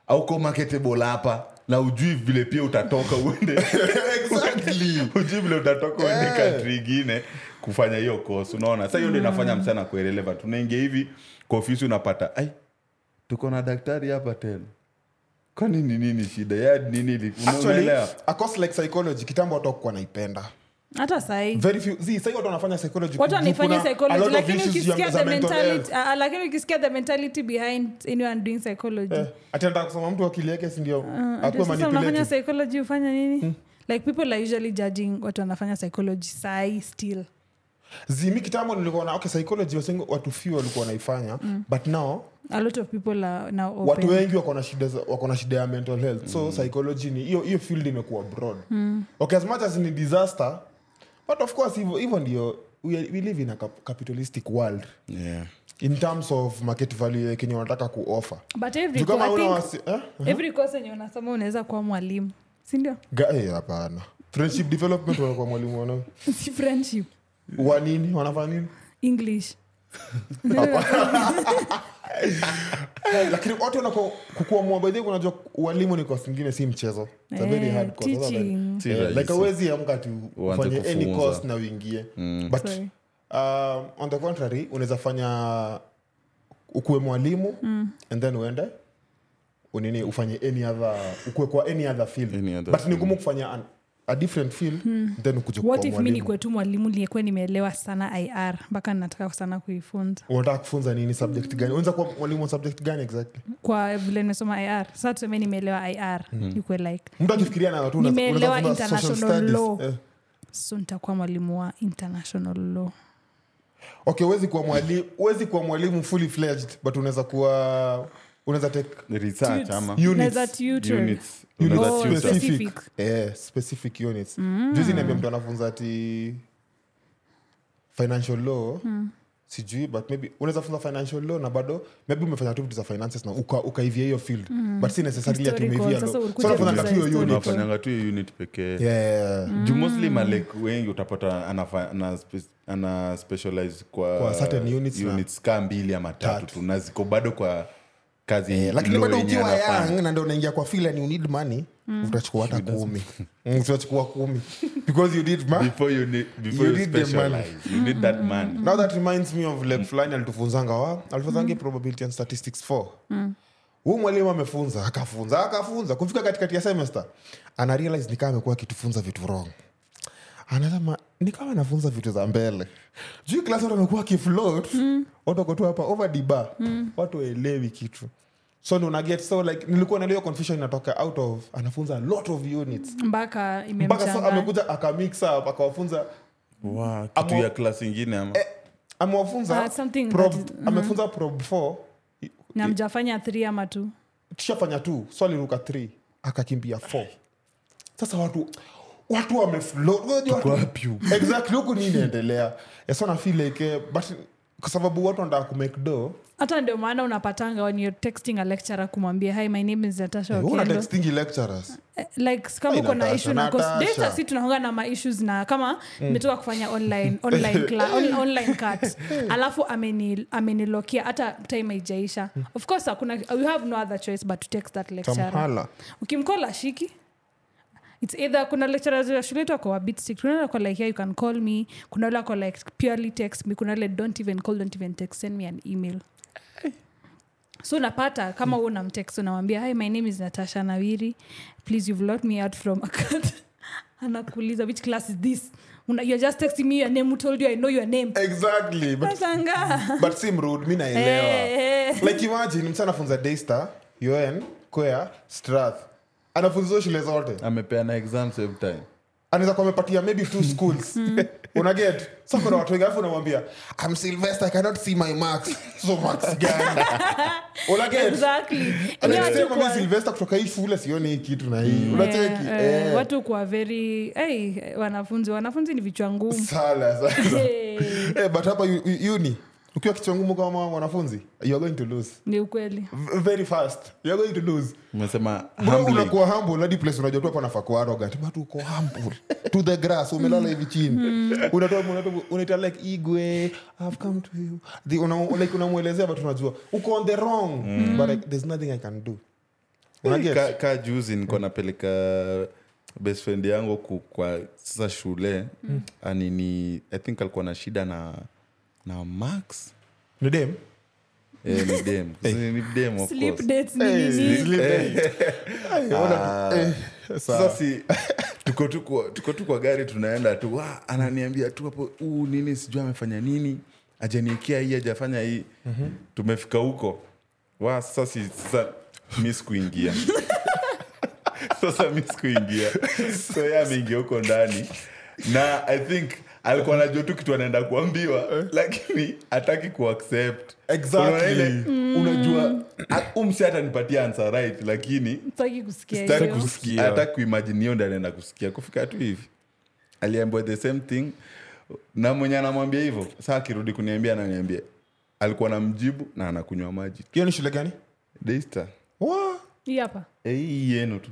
Speaker 1: auko marketable hapa na ujui vile pia utatoka
Speaker 4: <laughs>
Speaker 1: uende
Speaker 4: Exactly.
Speaker 1: ujui vile utatoka uende
Speaker 4: Yeah.
Speaker 1: kantri ingine kufanya hiyo course unaona sasa hiyo ndio inafanya msana kuirelevant unaingia hivi kwa ofisi unapata ai tuko na daktari hapa tena kwani ni nini shida ya nini ili- una-
Speaker 4: Actually,
Speaker 1: unaelewa
Speaker 4: a course like psychology kitambo watu hawakuwa naipenda
Speaker 3: hata sahii
Speaker 4: very few see sasa watu wanafanya psychology
Speaker 3: watu wanaifanya
Speaker 4: Kuna a
Speaker 3: psychology
Speaker 4: lot of
Speaker 3: lakini
Speaker 4: issues ya
Speaker 3: ukisikia
Speaker 4: za
Speaker 3: the
Speaker 4: mental
Speaker 3: mentality
Speaker 4: health.
Speaker 3: ah, ah, lakini ukisikia the mentality behind anyone doing psychology
Speaker 4: Eh, ati anataka kusema mtu akili yake si ndio
Speaker 3: Ah,
Speaker 4: akuwe
Speaker 3: ndio sasa unafanya
Speaker 4: manipulative Hmm.
Speaker 3: psychology ufanya nini like people are usually judging watu wanafanya psychology sai still
Speaker 4: zimi kitambo nilikuwa na okay psychology wasengo watu few walikuwa wanaifanya
Speaker 3: Mm.
Speaker 4: but now
Speaker 3: a lot of people are now open.
Speaker 4: watu wengi wako na shida za- wako na shida ya mental health so psychology ni hiyo hiyo field imekuwa broad
Speaker 3: Mm.
Speaker 4: okay as much as ni disaster but of course hivyo hivyo ndio we, we live in a cap- capitalistic world
Speaker 1: yeah.
Speaker 4: in terms of market value ya kenye wanataka kuoffer
Speaker 3: but every,
Speaker 4: juu kama
Speaker 3: I
Speaker 4: una
Speaker 3: think
Speaker 4: wasi eh?
Speaker 3: every course yenye unasoma unaweza kuwa mwalimu sindio
Speaker 4: Ga- eh, hapana friendship development wanakuwa mwalimu wanao
Speaker 3: <laughs> si friendship
Speaker 4: wa nini wanafanya nini
Speaker 3: english
Speaker 4: Eh, lakini watu wanakuwa kukua mwabadhi unajua ualimu ni kwa singine si mchezo It's a very
Speaker 3: Eh,
Speaker 4: hard course. Sasa
Speaker 3: teaching.
Speaker 1: Si
Speaker 4: like- eh,
Speaker 1: rahisi.
Speaker 4: like awezi amka ti
Speaker 1: Uanze
Speaker 4: ufanye any
Speaker 1: kufunza. Mm.
Speaker 4: course na uingie but
Speaker 3: Sorry.
Speaker 4: um, on the contrary unaweza fanya ukuwe mwalimu
Speaker 3: Mm.
Speaker 4: and then uende unini ufanye any other ukuwe kwa any other field
Speaker 1: Any other
Speaker 4: but ni ngumu kufanya an, a different field then ukuje
Speaker 3: Hmm.
Speaker 4: kuwa
Speaker 3: what if mi
Speaker 4: mwalimu
Speaker 3: nikuwe tu mwalimu niliyekuwa nimeelewa sana ir mpaka nataka sana kuifunza
Speaker 4: unataka kufunza nini subject gani unaweza kuwa mwalimu wa subject gani exactly
Speaker 3: kwa vile nimesoma ir sasa tuseme nimeelewa ir
Speaker 4: Mhm.
Speaker 3: nikuwe like
Speaker 4: mtu akifikiria nayo tu unaweza- unaweza
Speaker 3: Nimeelewa
Speaker 4: kufunza social
Speaker 3: international
Speaker 4: studies.
Speaker 3: law.
Speaker 4: Eh.
Speaker 3: so nitakuwa mwalimu wa international law
Speaker 4: okay huwezi kuwa mwalimu huwezi kuwa mwalimu fully fledged but unaweza kuwa unaweza take
Speaker 1: research ama
Speaker 4: Units.
Speaker 3: Naweza tutor.
Speaker 1: units
Speaker 4: units
Speaker 1: Unaweza
Speaker 3: Oh,
Speaker 1: tutor.
Speaker 3: specific. Mm.
Speaker 4: eh, specific units juzi niambia mtu anafunza ati financial law
Speaker 3: Mm.
Speaker 4: sijui but maybe unaweza funza financial law na bado maybe umefanya tu vitu za finances na uka- ukaivia hiyo field but si necessarily ati
Speaker 3: Mm. Historical,
Speaker 4: umeivia law.
Speaker 3: sasa ulikuja
Speaker 4: So unafunza
Speaker 3: kufunza
Speaker 4: tu hiyo
Speaker 3: historical. Mm.
Speaker 4: unit
Speaker 1: unafanyanga tu hiyo unit pekee
Speaker 4: Yeah. Mm.
Speaker 1: juu mostly malek wengi utapata anafa- ana, spe- ana specialize kwa,
Speaker 4: Kwa certain units na-
Speaker 1: units kaa mbili ama tatu
Speaker 4: Tatu. Eh,
Speaker 1: tu na ziko bado kwa kazi
Speaker 4: lakini
Speaker 1: low
Speaker 4: bado
Speaker 1: yenye
Speaker 4: ukiwa
Speaker 1: anafanya.
Speaker 4: young na ndo unaingia kwa fila ni you need money utachukua hata kumi Mm, utachukua kumi because you need ma-
Speaker 1: before you need, before
Speaker 4: You
Speaker 1: you
Speaker 4: need the
Speaker 1: specialize you need that man
Speaker 4: now that reminds me of like fulani alitufunzanga wa alifunzange probability and statistics 4 huu mwalimu amefunza akafunza akafunza kufika katikati ya semester ana realize nikaa amekuwa akitufunza vitu wrong anasema nikawa nafunza vitu za mbele juu klasi watu amekuwa akiflot watu wako tu hapa over diba watu waelewi kitu so ndo unaget so like nilikuwa nalio confusion inatoka out of anafunza a lot of units
Speaker 3: mpaka
Speaker 4: mpaka so
Speaker 3: imemchanganya
Speaker 4: amekuja akamix up akawafunza
Speaker 1: wow, kitu
Speaker 4: Amo-
Speaker 1: ya klasi ingine ama
Speaker 4: Eh. amewafunza
Speaker 3: Ah, something
Speaker 4: prob-
Speaker 3: that is-
Speaker 4: amefunza prob 4
Speaker 3: na mjafanya three ama tu
Speaker 4: tushafanya tu so aliruka 3 akakimbia 4 sasa watu watu wameflowapi exactly huku nii inaendelea yasona fileke eh, but kwa sababu watu wanataka kumake do
Speaker 3: hata ndio maana unapatanga when you're texting a lecturer kumwambia hi my name is natasha
Speaker 4: huna
Speaker 3: okendo
Speaker 4: textingi lecturers
Speaker 3: Eh, like kama
Speaker 4: Hey,
Speaker 3: uko na
Speaker 4: Natasha,
Speaker 3: issue na course
Speaker 4: Natasha. Mm.
Speaker 3: data si tunaonga na ma issues na kama nimetoka kufanya online
Speaker 4: <laughs>
Speaker 3: online cla- on, online cut alafu ameni amenilokia hata time haijaisha of course hakuna you have no other choice but to text that lecturer
Speaker 4: Mm. tamhala
Speaker 3: ukimkola shiki its either kuna lecturers ya shule yetu ako wa bit strict. kuna wale wako like yeah, you can call me kuna wale wako like purely text me kuna wale don't even call don't even text send me an email so unapata kama huo unamtext unamwambia hi my name is natasha nawiri please you've locked me out from acat <laughs> anakuuliza which class is this Una, you're just texting me your name who told you i know your name
Speaker 4: exactly
Speaker 3: <laughs>
Speaker 4: but,
Speaker 3: nashangaa
Speaker 4: but si mrud mi naelewa
Speaker 3: Eh, eh.
Speaker 4: like imagine msa anafunza daystar un quea strath anafunzizo shule zote
Speaker 1: amepeana exams every time
Speaker 4: anaweza kuwa amepatia maybe two
Speaker 3: Hmm.
Speaker 4: schools <laughs> unaget so kuna watu wengi alafu unamwambia i'm sylvester i cannot see my marks so marks
Speaker 3: <laughs>
Speaker 4: gani unaget
Speaker 3: exactly Enyewe watu
Speaker 4: anasema mimi
Speaker 3: kwa-
Speaker 4: sylvester kutoka hii shule sioni hii kitu na hii unacheki
Speaker 3: Eh, eh, watu kuwa very hey, wanafunzi wanafunzi ni vichwa ngumu
Speaker 4: sala
Speaker 3: <laughs>
Speaker 4: sala
Speaker 3: Eh,
Speaker 4: Eh, but hapa u- u- uni ukiwa kichwa ngumu kama mwanafunzi you are going to lose
Speaker 3: ni ukweli
Speaker 4: V- very fast you are going to lose
Speaker 1: umesema
Speaker 4: bro
Speaker 1: humbling.
Speaker 4: unakuwa humble hadi place unajua tu hapa nafaa kuwa arrogant but uko humble to the grass umelala hivi chini unatoa unatoa- unaita like igwe i've come to you The- una, like unamuelezea but unajua uko on the wrong but like, there's nothing i can do Unaget?
Speaker 1: ka, ka juzi niko napeleka best friend yangu ku, kwa sasa shule mm. anini i think alikuwa na shida na na max
Speaker 4: Ni dem?
Speaker 1: eh, ni dem Sasa ni dem of
Speaker 3: Sleep
Speaker 1: course.
Speaker 3: dates ni nini?
Speaker 2: Ah.
Speaker 4: Hey, sleep date. Ay, ona- eh, sawa.
Speaker 1: sasa si tuko tu kwa- tuko tu kwa gari tunaenda tu wa, ananiambia tu hapo huu nini sijui amefanya nini ajaniekea hii ajafanya hii mm-hmm. tumefika huko wa sasa si, sasa mis kuingia <laughs> sasa mis kuingia so ye ameingia huko ndani na i think alikuwa najua tu kitu anaenda kuambiwa lakini hataki kuaccept
Speaker 2: Exactly.
Speaker 1: Unaona ile, unajua ah, umsi hata nipatia answer right lakini
Speaker 3: Sitaki kusikia
Speaker 1: Sitaki
Speaker 3: hiyo.
Speaker 1: kusikia. hata kuimajini hiyo ndio anaenda kusikia kufika tu hivi aliambiwa the same thing na mwenye anamwambia hivyo saa akirudi kuniambia ananiambia alikuwa namjibu na anakunywa maji tu
Speaker 2: hiyo ni shule gani
Speaker 1: daystar
Speaker 2: Wa-
Speaker 3: Hii hapa
Speaker 1: Eh, hii yenu tu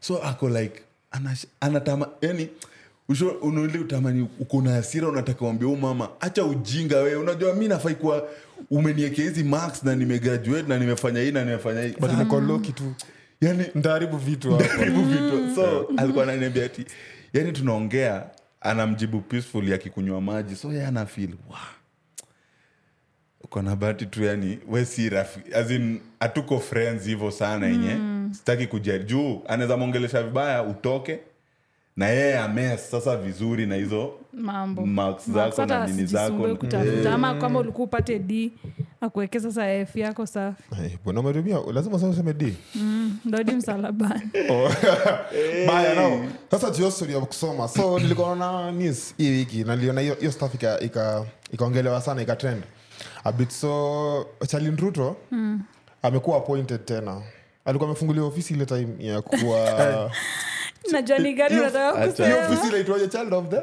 Speaker 1: so ako like anash- anatama yani unaile utamani uko na hasira unataka wambia u mama hacha ujinga wewe unajua mi nafai kuwa umeniekea hizi marks na nimegraduate na nimefanya hii na nimefanya hii
Speaker 2: but imekuwa low kitu
Speaker 1: yani
Speaker 2: ndaharibu vitu hapa
Speaker 1: karibu
Speaker 3: Mm.
Speaker 1: vitu so <laughs> alikuwa ananiambia ati yani tunaongea anamjibu peacefully akikunywa maji so ye anafil wow. uko na bahati tu yani we si rafi as in hatuko friends hivyo sana yenye
Speaker 3: Mm.
Speaker 1: sitaki kuja juu anaweza mwongelesha vibaya utoke na yeye ames sasa vizuri na hizo
Speaker 3: Mm. mambo
Speaker 1: Marks
Speaker 3: Marks,
Speaker 1: zako na
Speaker 3: hata
Speaker 1: nini
Speaker 3: asijisumbue
Speaker 1: zako na-
Speaker 3: kutafuta ama kama ulikuwa upate d akuweke sasa f yako safi
Speaker 2: Eh, bwana umetumia lazima sasa useme d
Speaker 1: <laughs>
Speaker 3: ndodi msalabani
Speaker 4: baya no sasa juu ya story ya
Speaker 1: <clears throat>
Speaker 4: kusoma so nilikuwa naona news hii wiki na niliona hiyo hiyo stuff ika- ika- ikaongelewa sana ikatrend a bit so charlin ruto
Speaker 1: Mm.
Speaker 4: amekuwa appointed tena alikuwa amefunguliwa ofisi ile time
Speaker 1: <laughs>
Speaker 4: ya kuwa
Speaker 3: najua ni gari
Speaker 4: Hiyo-
Speaker 3: unataka
Speaker 1: acha.
Speaker 4: hiyo
Speaker 3: kusema
Speaker 4: ofisi inaitwaje child of the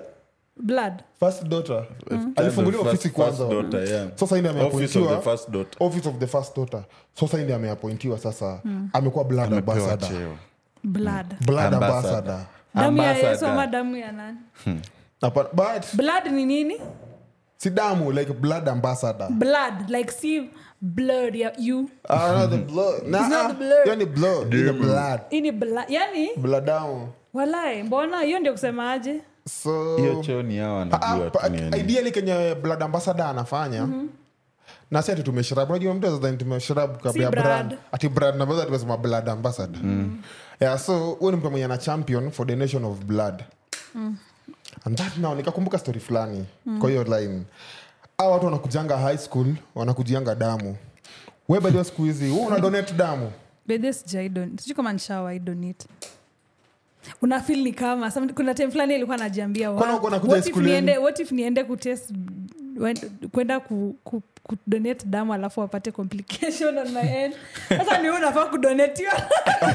Speaker 3: blood
Speaker 4: first daughter
Speaker 1: Kind
Speaker 4: alifunguliwa
Speaker 1: Mm. of
Speaker 4: ofisi
Speaker 1: first- first
Speaker 4: kwanza
Speaker 1: daughter, yeah.
Speaker 4: sasa hii ndio
Speaker 1: Office of the
Speaker 4: ameappointiwa
Speaker 1: first daughter.
Speaker 4: office of the first daughter sasa hii ndio ameappointiwa sasa amekuwa blood
Speaker 1: Mm. Amepewa
Speaker 4: ambassador
Speaker 1: cheo.
Speaker 3: blood
Speaker 4: blood
Speaker 1: Ambassador.
Speaker 4: ambassador
Speaker 3: damu ya yesu
Speaker 1: Mm. Ambassador.
Speaker 3: ama damu ya nani
Speaker 4: Hapana, but
Speaker 3: blood ni nini
Speaker 4: si damu like blood ambassador
Speaker 3: blood like si blood ya you
Speaker 4: Ah, not the blood. Nah,
Speaker 3: not the
Speaker 4: ah,
Speaker 3: blood.
Speaker 4: hiyo ni blood, ni the blood.
Speaker 3: Hii ni blood yani
Speaker 4: Blood damu.
Speaker 3: walae mbona hiyo ndio kusema aje
Speaker 4: So-
Speaker 1: hiyo cheo ni hao
Speaker 4: Ah, ah,
Speaker 1: anajua
Speaker 4: pa-
Speaker 1: tu ni nani.
Speaker 4: ideally kenye blood ambassador anafanya
Speaker 3: Mhm.
Speaker 4: na si ati tumeshrabu unajua mtu azadhani tumeshrabu kabla ya
Speaker 3: brad.
Speaker 4: brand ati brand nabaza tumesema blood ambassador yeah, so huyu ni mtu mwenye ana champion for the nation of blood
Speaker 3: Mm.
Speaker 4: and that now nikakumbuka story fulani kwa hiyo line a watu wanakujanga high school wanakujanga damu webadio siku hizi hu unadonate damu
Speaker 3: bedhe sijaisiju kama nshawaidonet unafil ni kama some- kuna time fulani ilikuwa najiambia
Speaker 4: Kwani
Speaker 3: wa-
Speaker 4: uko nakuja
Speaker 3: what if
Speaker 4: shuleni?
Speaker 3: niende- what if niende kutest wen- kwenda ku, ku, kudonate damu alafu wapate complication on my
Speaker 1: <laughs>
Speaker 3: end sasa ni wewe unafaa kudonetiwa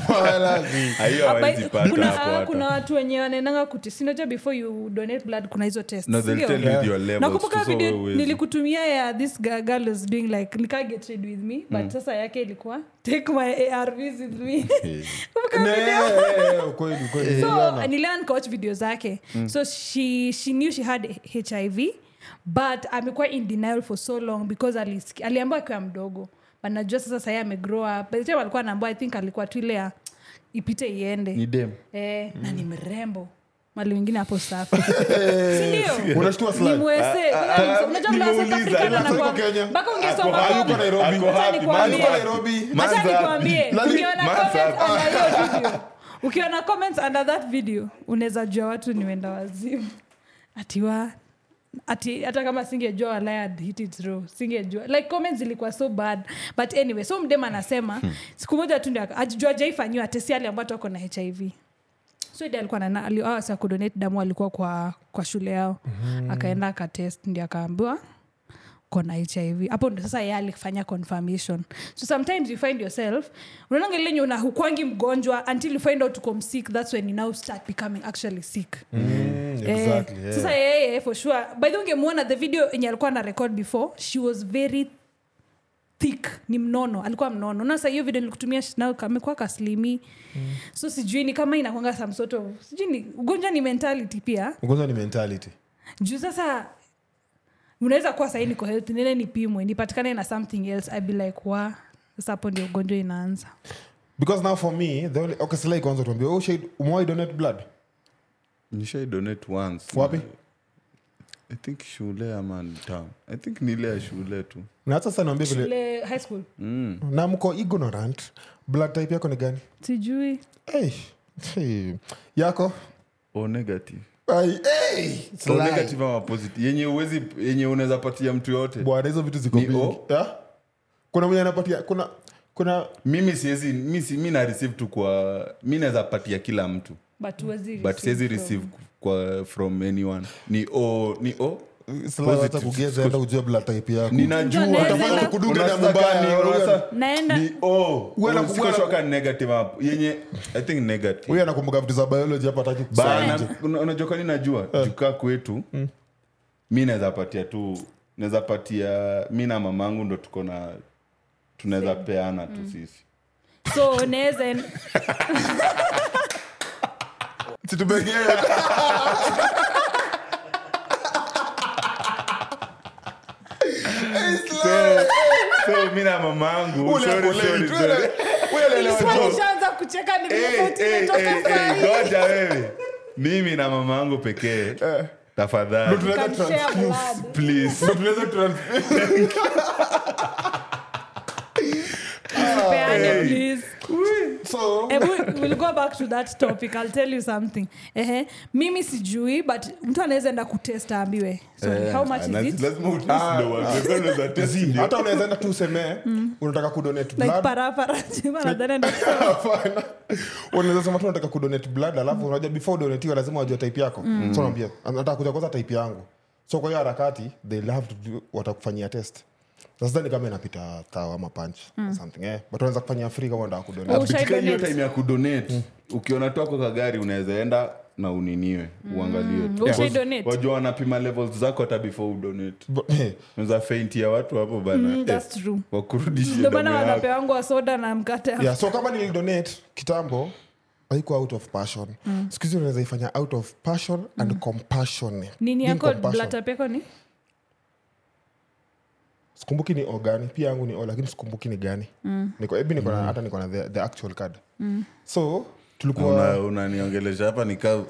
Speaker 1: Ah, hiyo
Speaker 3: Hapa-
Speaker 1: hawezi pata
Speaker 3: kuna-
Speaker 1: hapo
Speaker 3: ah,
Speaker 1: hata.
Speaker 3: kuna watu wenye wanaenanga kutisinoja before you donate blood kuna hizo test
Speaker 1: No, they'll
Speaker 3: sio?
Speaker 1: tell you
Speaker 4: Yeah.
Speaker 1: your levels
Speaker 3: nakumbuka
Speaker 1: tu, so
Speaker 3: video
Speaker 1: wewe huwezi.
Speaker 3: nilikutumia ya this girl, girl was doing like nika get rid with me
Speaker 1: Mm.
Speaker 3: but sasa yake ilikuwa take my arvs with
Speaker 1: <laughs>
Speaker 3: me Kumbuka
Speaker 4: Ne,
Speaker 3: video? <laughs>
Speaker 4: eh, eh, ukweli, ukweli.
Speaker 3: so
Speaker 4: Niliona.
Speaker 3: niliona nikawatch video zake
Speaker 1: Mm.
Speaker 3: so she, she knew she had hiv but amekuwa in denial for so long because alisiki- aliambiwa akiwa mdogo but najua sasa sahii amegrow up by the time alikuwa anaambiwa i think alikuwa tu ile ya ipite iende
Speaker 1: ni Mm. dem
Speaker 3: eh, na ni mrembo mali wengine
Speaker 1: <laughs>
Speaker 3: hapo safi
Speaker 4: Unashtua
Speaker 3: sindio
Speaker 4: slag.
Speaker 1: Ah, nimeuliza.
Speaker 4: Sasa yuko Kenya.
Speaker 3: mpaka ungesoma
Speaker 4: Ako-
Speaker 3: comment.
Speaker 4: yuko Nairobi.
Speaker 1: Ako happy,
Speaker 3: Nikuambie.
Speaker 4: Yuko Nairobi.
Speaker 3: Acha
Speaker 1: Manza-
Speaker 3: nikwambie,
Speaker 1: <laughs> Lali-
Speaker 3: ukiona
Speaker 1: Manza- Ah.
Speaker 3: comments under hiyo
Speaker 1: <laughs>
Speaker 3: video, ukiona comments under that video unaweza jua watu niwenda wazimu atiwa ati hata kama singejua walaya I'd hit it raw. singejua like comments zilikuwa so bad but anyway so mdem anasema
Speaker 1: Hmm.
Speaker 3: siku moja tu ndio aka- ajijua jaifanyiwa tesi aliambato ako na hiv so idi alikuwa na ali- hao wasa kudonate damu alikuwa kwa, kwa shule yao akaenda akatest ndio akaambiwa kona hiv hapo ndo sasa ye alifanya confirmation so sometimes you find yourself unaonanga lenye una hukwangi mgonjwa until you find out uko msick that's when you now start becoming actually sick
Speaker 4: Mm, Exactly,
Speaker 3: Eh,
Speaker 4: yeah.
Speaker 3: sasa yeye for sure by the way, ungemwona the video yenye alikuwa na record before she was very thick ni mnono alikuwa mnono na sasa hiyo video nilikutumia sh- nao kamekuwa kaslimi so sijui ni kama inakwanga some sort of sijui ni ugonjwa ni mentality pia
Speaker 4: ugonjwa ni mentality
Speaker 3: juu sasa unaweza kuwa sahii niko health nene nipimwe nipatikane na something else I'd be like wa sasa hapo ndio ugonjwa inaanza
Speaker 4: because now for me the only, okay, sila ikuanza tuambia oh, shade, umewahi donate blood
Speaker 1: nishai donate once
Speaker 4: wapi
Speaker 1: i
Speaker 3: Mm.
Speaker 1: think shule ama ni town i think ni ile ya shule tu
Speaker 4: na hata sasa niambie vile Mm.
Speaker 3: shule high school
Speaker 4: na mko ignorant blood type yako ni gani
Speaker 3: sijui
Speaker 4: hey. Hey. yako
Speaker 1: o Oh, negative
Speaker 4: Ai, hey,
Speaker 1: O
Speaker 4: lie.
Speaker 1: negative ama positive yenye uwezi yenye unaweza patia mtu yoyote
Speaker 4: bwana hizo vitu ziko
Speaker 1: Ni
Speaker 4: vingi
Speaker 1: o.
Speaker 4: Ah? kuna mwenye anapatia kuna kuna
Speaker 1: mimi siwezi mi, si, mi na receive tu kwa mi naweza patia kila mtu
Speaker 3: but huwezi
Speaker 1: but siwezi
Speaker 3: receive
Speaker 1: receive kwa from anyone ni o ni o
Speaker 4: Slaa hata kugeza hata ujue blood type yako
Speaker 1: ninajua
Speaker 3: Unajua, naweza-
Speaker 1: Unataka kudunga na
Speaker 4: Unataka
Speaker 1: mbaya,
Speaker 4: ni-
Speaker 1: unataka-
Speaker 4: unataka-
Speaker 3: from- naenda
Speaker 1: ni o
Speaker 4: Wewe na-
Speaker 1: Usiko
Speaker 4: wewe na-
Speaker 1: show ka negative hapo yenye i think negative
Speaker 4: huyu anakumbuka vitu za biology hapa hataki
Speaker 1: Bana,
Speaker 4: kusema.
Speaker 1: una- unajua kwani najua
Speaker 4: Eh.
Speaker 1: jukaa kwetu
Speaker 4: Mm.
Speaker 1: mi naweza patia tu naweza patia mi na mamangu ndo tuko na tunaweza peana
Speaker 3: Mm.
Speaker 1: tu sisi
Speaker 3: so naweza
Speaker 4: Si tumegea.
Speaker 1: so, so mi na mamangu
Speaker 4: Ule
Speaker 1: sorry,
Speaker 4: hakuelewi
Speaker 1: sorry,
Speaker 4: tu,
Speaker 1: sorry.
Speaker 4: ule- ule haelewi
Speaker 1: Sorry.
Speaker 4: tu.
Speaker 3: nishaanza kucheka ni
Speaker 1: Eh,
Speaker 3: report
Speaker 1: eh, eh,
Speaker 3: imetoka
Speaker 1: eh,
Speaker 3: sahi.
Speaker 1: ngoja wewe mimi na mamangu pekee tafadhali
Speaker 4: Eh. Ndo tunaweza
Speaker 3: Come share
Speaker 4: transfuse.
Speaker 3: blood.
Speaker 1: please
Speaker 4: Ndo tunaweza transfuse.
Speaker 3: Tupeane, please.
Speaker 4: So,
Speaker 3: Ebu, we'll go back to that topic i'll tell you something Ehe, mimi sijui but mtu anaweza enda kutest aambiwe Sorry, how much is it
Speaker 1: Ah, lazima
Speaker 4: Ah,
Speaker 1: utesndowaeonezatesi
Speaker 4: hata unaweza enda tu usemee unataka kudonate
Speaker 3: like
Speaker 4: blood
Speaker 3: parapara jema nadhani enda kusema
Speaker 4: <laughs> Hapana. unaweza sema tu nataka kudonate blood alafu unajua before udonetiwe lazima wajua type yako so naambia nataka kuja kwanza type yangu so kwa hiyo harakati they'll have to do, watakufanyia test sasa ni kama inapita thaw ama punch or something eh but unaweza kufanyia free kama unataka kudonate
Speaker 3: Ushai
Speaker 1: Ukifika hiyo
Speaker 3: donate.
Speaker 1: time ya kudonate ukiona tu ako kagari unawezaenda na uniniwe uangaliwe tu.
Speaker 3: Mm. Ushai
Speaker 1: Because
Speaker 3: donate?
Speaker 1: wajua wanapima levels zako hata before udonate
Speaker 4: <laughs> But, eh,
Speaker 1: unaweza faint ya watu hapo
Speaker 3: Mm,
Speaker 1: bana
Speaker 3: that's true.
Speaker 1: wakurudishia
Speaker 3: ndio maana
Speaker 1: damu yako.
Speaker 3: wanapewangu wa soda na mkate
Speaker 4: <laughs> yeah, so kama nilidonate kitambo haikuwa out of passion mm. skuhizi unaweza ifanya out of passion and compassion
Speaker 3: Mm. nini
Speaker 4: Being
Speaker 3: yako
Speaker 4: compassion.
Speaker 3: blatapeko ni
Speaker 4: sikumbuki ni ogani pia yangu ni o lakini sikumbuki ni gani
Speaker 3: Mm.
Speaker 4: niko ebi niko na
Speaker 1: Mm.
Speaker 4: hata niko na the, the actual card so tulikuwa
Speaker 1: Una- unaniongelesha hapa nikaa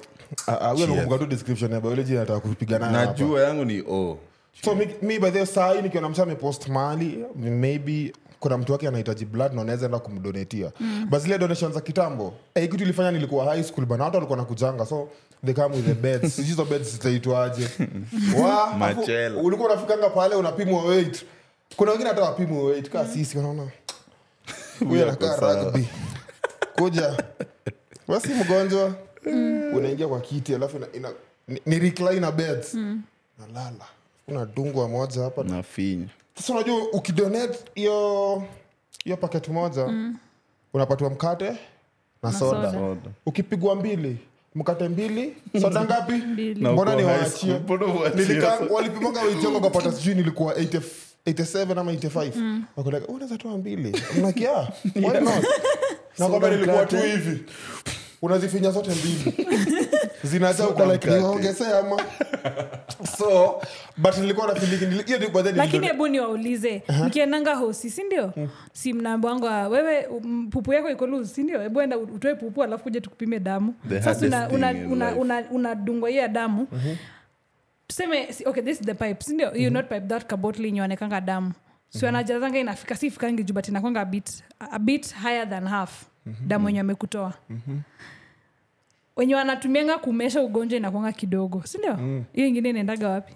Speaker 4: Ah, ah, huyo anakumbuka tu description ya biology nataka
Speaker 1: Ah,
Speaker 4: kupigana nayo hapa.
Speaker 1: najua yangu ni oh, o
Speaker 4: so mi, mi by the way, saa hii nikiona msa amepost mahali maybe kuna mtu wake anahitaji blood na unaweza enda kumdonetia mm. but zile donation za kitambo hey, kitu ilifanya nilikuwa high school bana watu walikuwa nakujanga so they come with the beds sijui hizo beds zitaitwaje Wa, afu
Speaker 1: Machela.
Speaker 4: ulikuwa unafikanga pale unapimwa weight kuna wengine hata wapimwa weight kaa sisi unaona huyu anakaa rugby kuja basi mgonjwa unaingia kwa kiti alafu ina, ina, ni, ni recliner beds nalala unadungwa moja hapa
Speaker 1: nafinya
Speaker 4: sasa unajua ukidonate hiyo hiyo paketi moja unapatiwa mkate na soda,
Speaker 3: soda.
Speaker 1: Soda.
Speaker 4: ukipigwa mbili mkate <laughs> mbili soda ngapi
Speaker 1: Na uko
Speaker 4: mbona
Speaker 1: high
Speaker 4: niwaachie
Speaker 1: school, mbona uwaachie
Speaker 4: Nilikaa-
Speaker 1: sasa?
Speaker 4: walipimanga waitongo kapata sijui nilikuwa 80 87 ama 85 mm. wakoleka unaweza toa mbili mnakia <laughs> nakwamba nilikuwa tu hivi unazifinya zote mbili zinajaa uko like
Speaker 1: mkate.
Speaker 4: niongezea ama so but nilikuwa nafiliki nili- hiyo ndio by the way
Speaker 3: lakini
Speaker 4: nilidonate-
Speaker 3: hebu niwaulize mkiendanga hosi sindio
Speaker 1: Mm.
Speaker 3: si mnambwangwa wewe um, pupu yako iko lus sindio hebu enda utoe pupu alafu kuja tukupime damu
Speaker 1: The
Speaker 3: sasa una-
Speaker 1: hardest
Speaker 3: una-
Speaker 1: thing in
Speaker 3: una-
Speaker 1: life. Mm-hmm.
Speaker 3: una- unadungwa hiyo ya damu tuseme si- okay this is the pipe sindio you not pipe that kabotli inyoonekanga damu
Speaker 1: Mm-hmm.
Speaker 3: si wanajazanga inafika si ifikangi juu but inakwanga a bit, a bit higher than half
Speaker 1: Mm-hmm.
Speaker 3: damu wenye amekutoa wenye wanatumianga kumesha ugonjwa inakwanga kidogo sindio
Speaker 1: Mm.
Speaker 3: hiyo ingine inaendaga wapi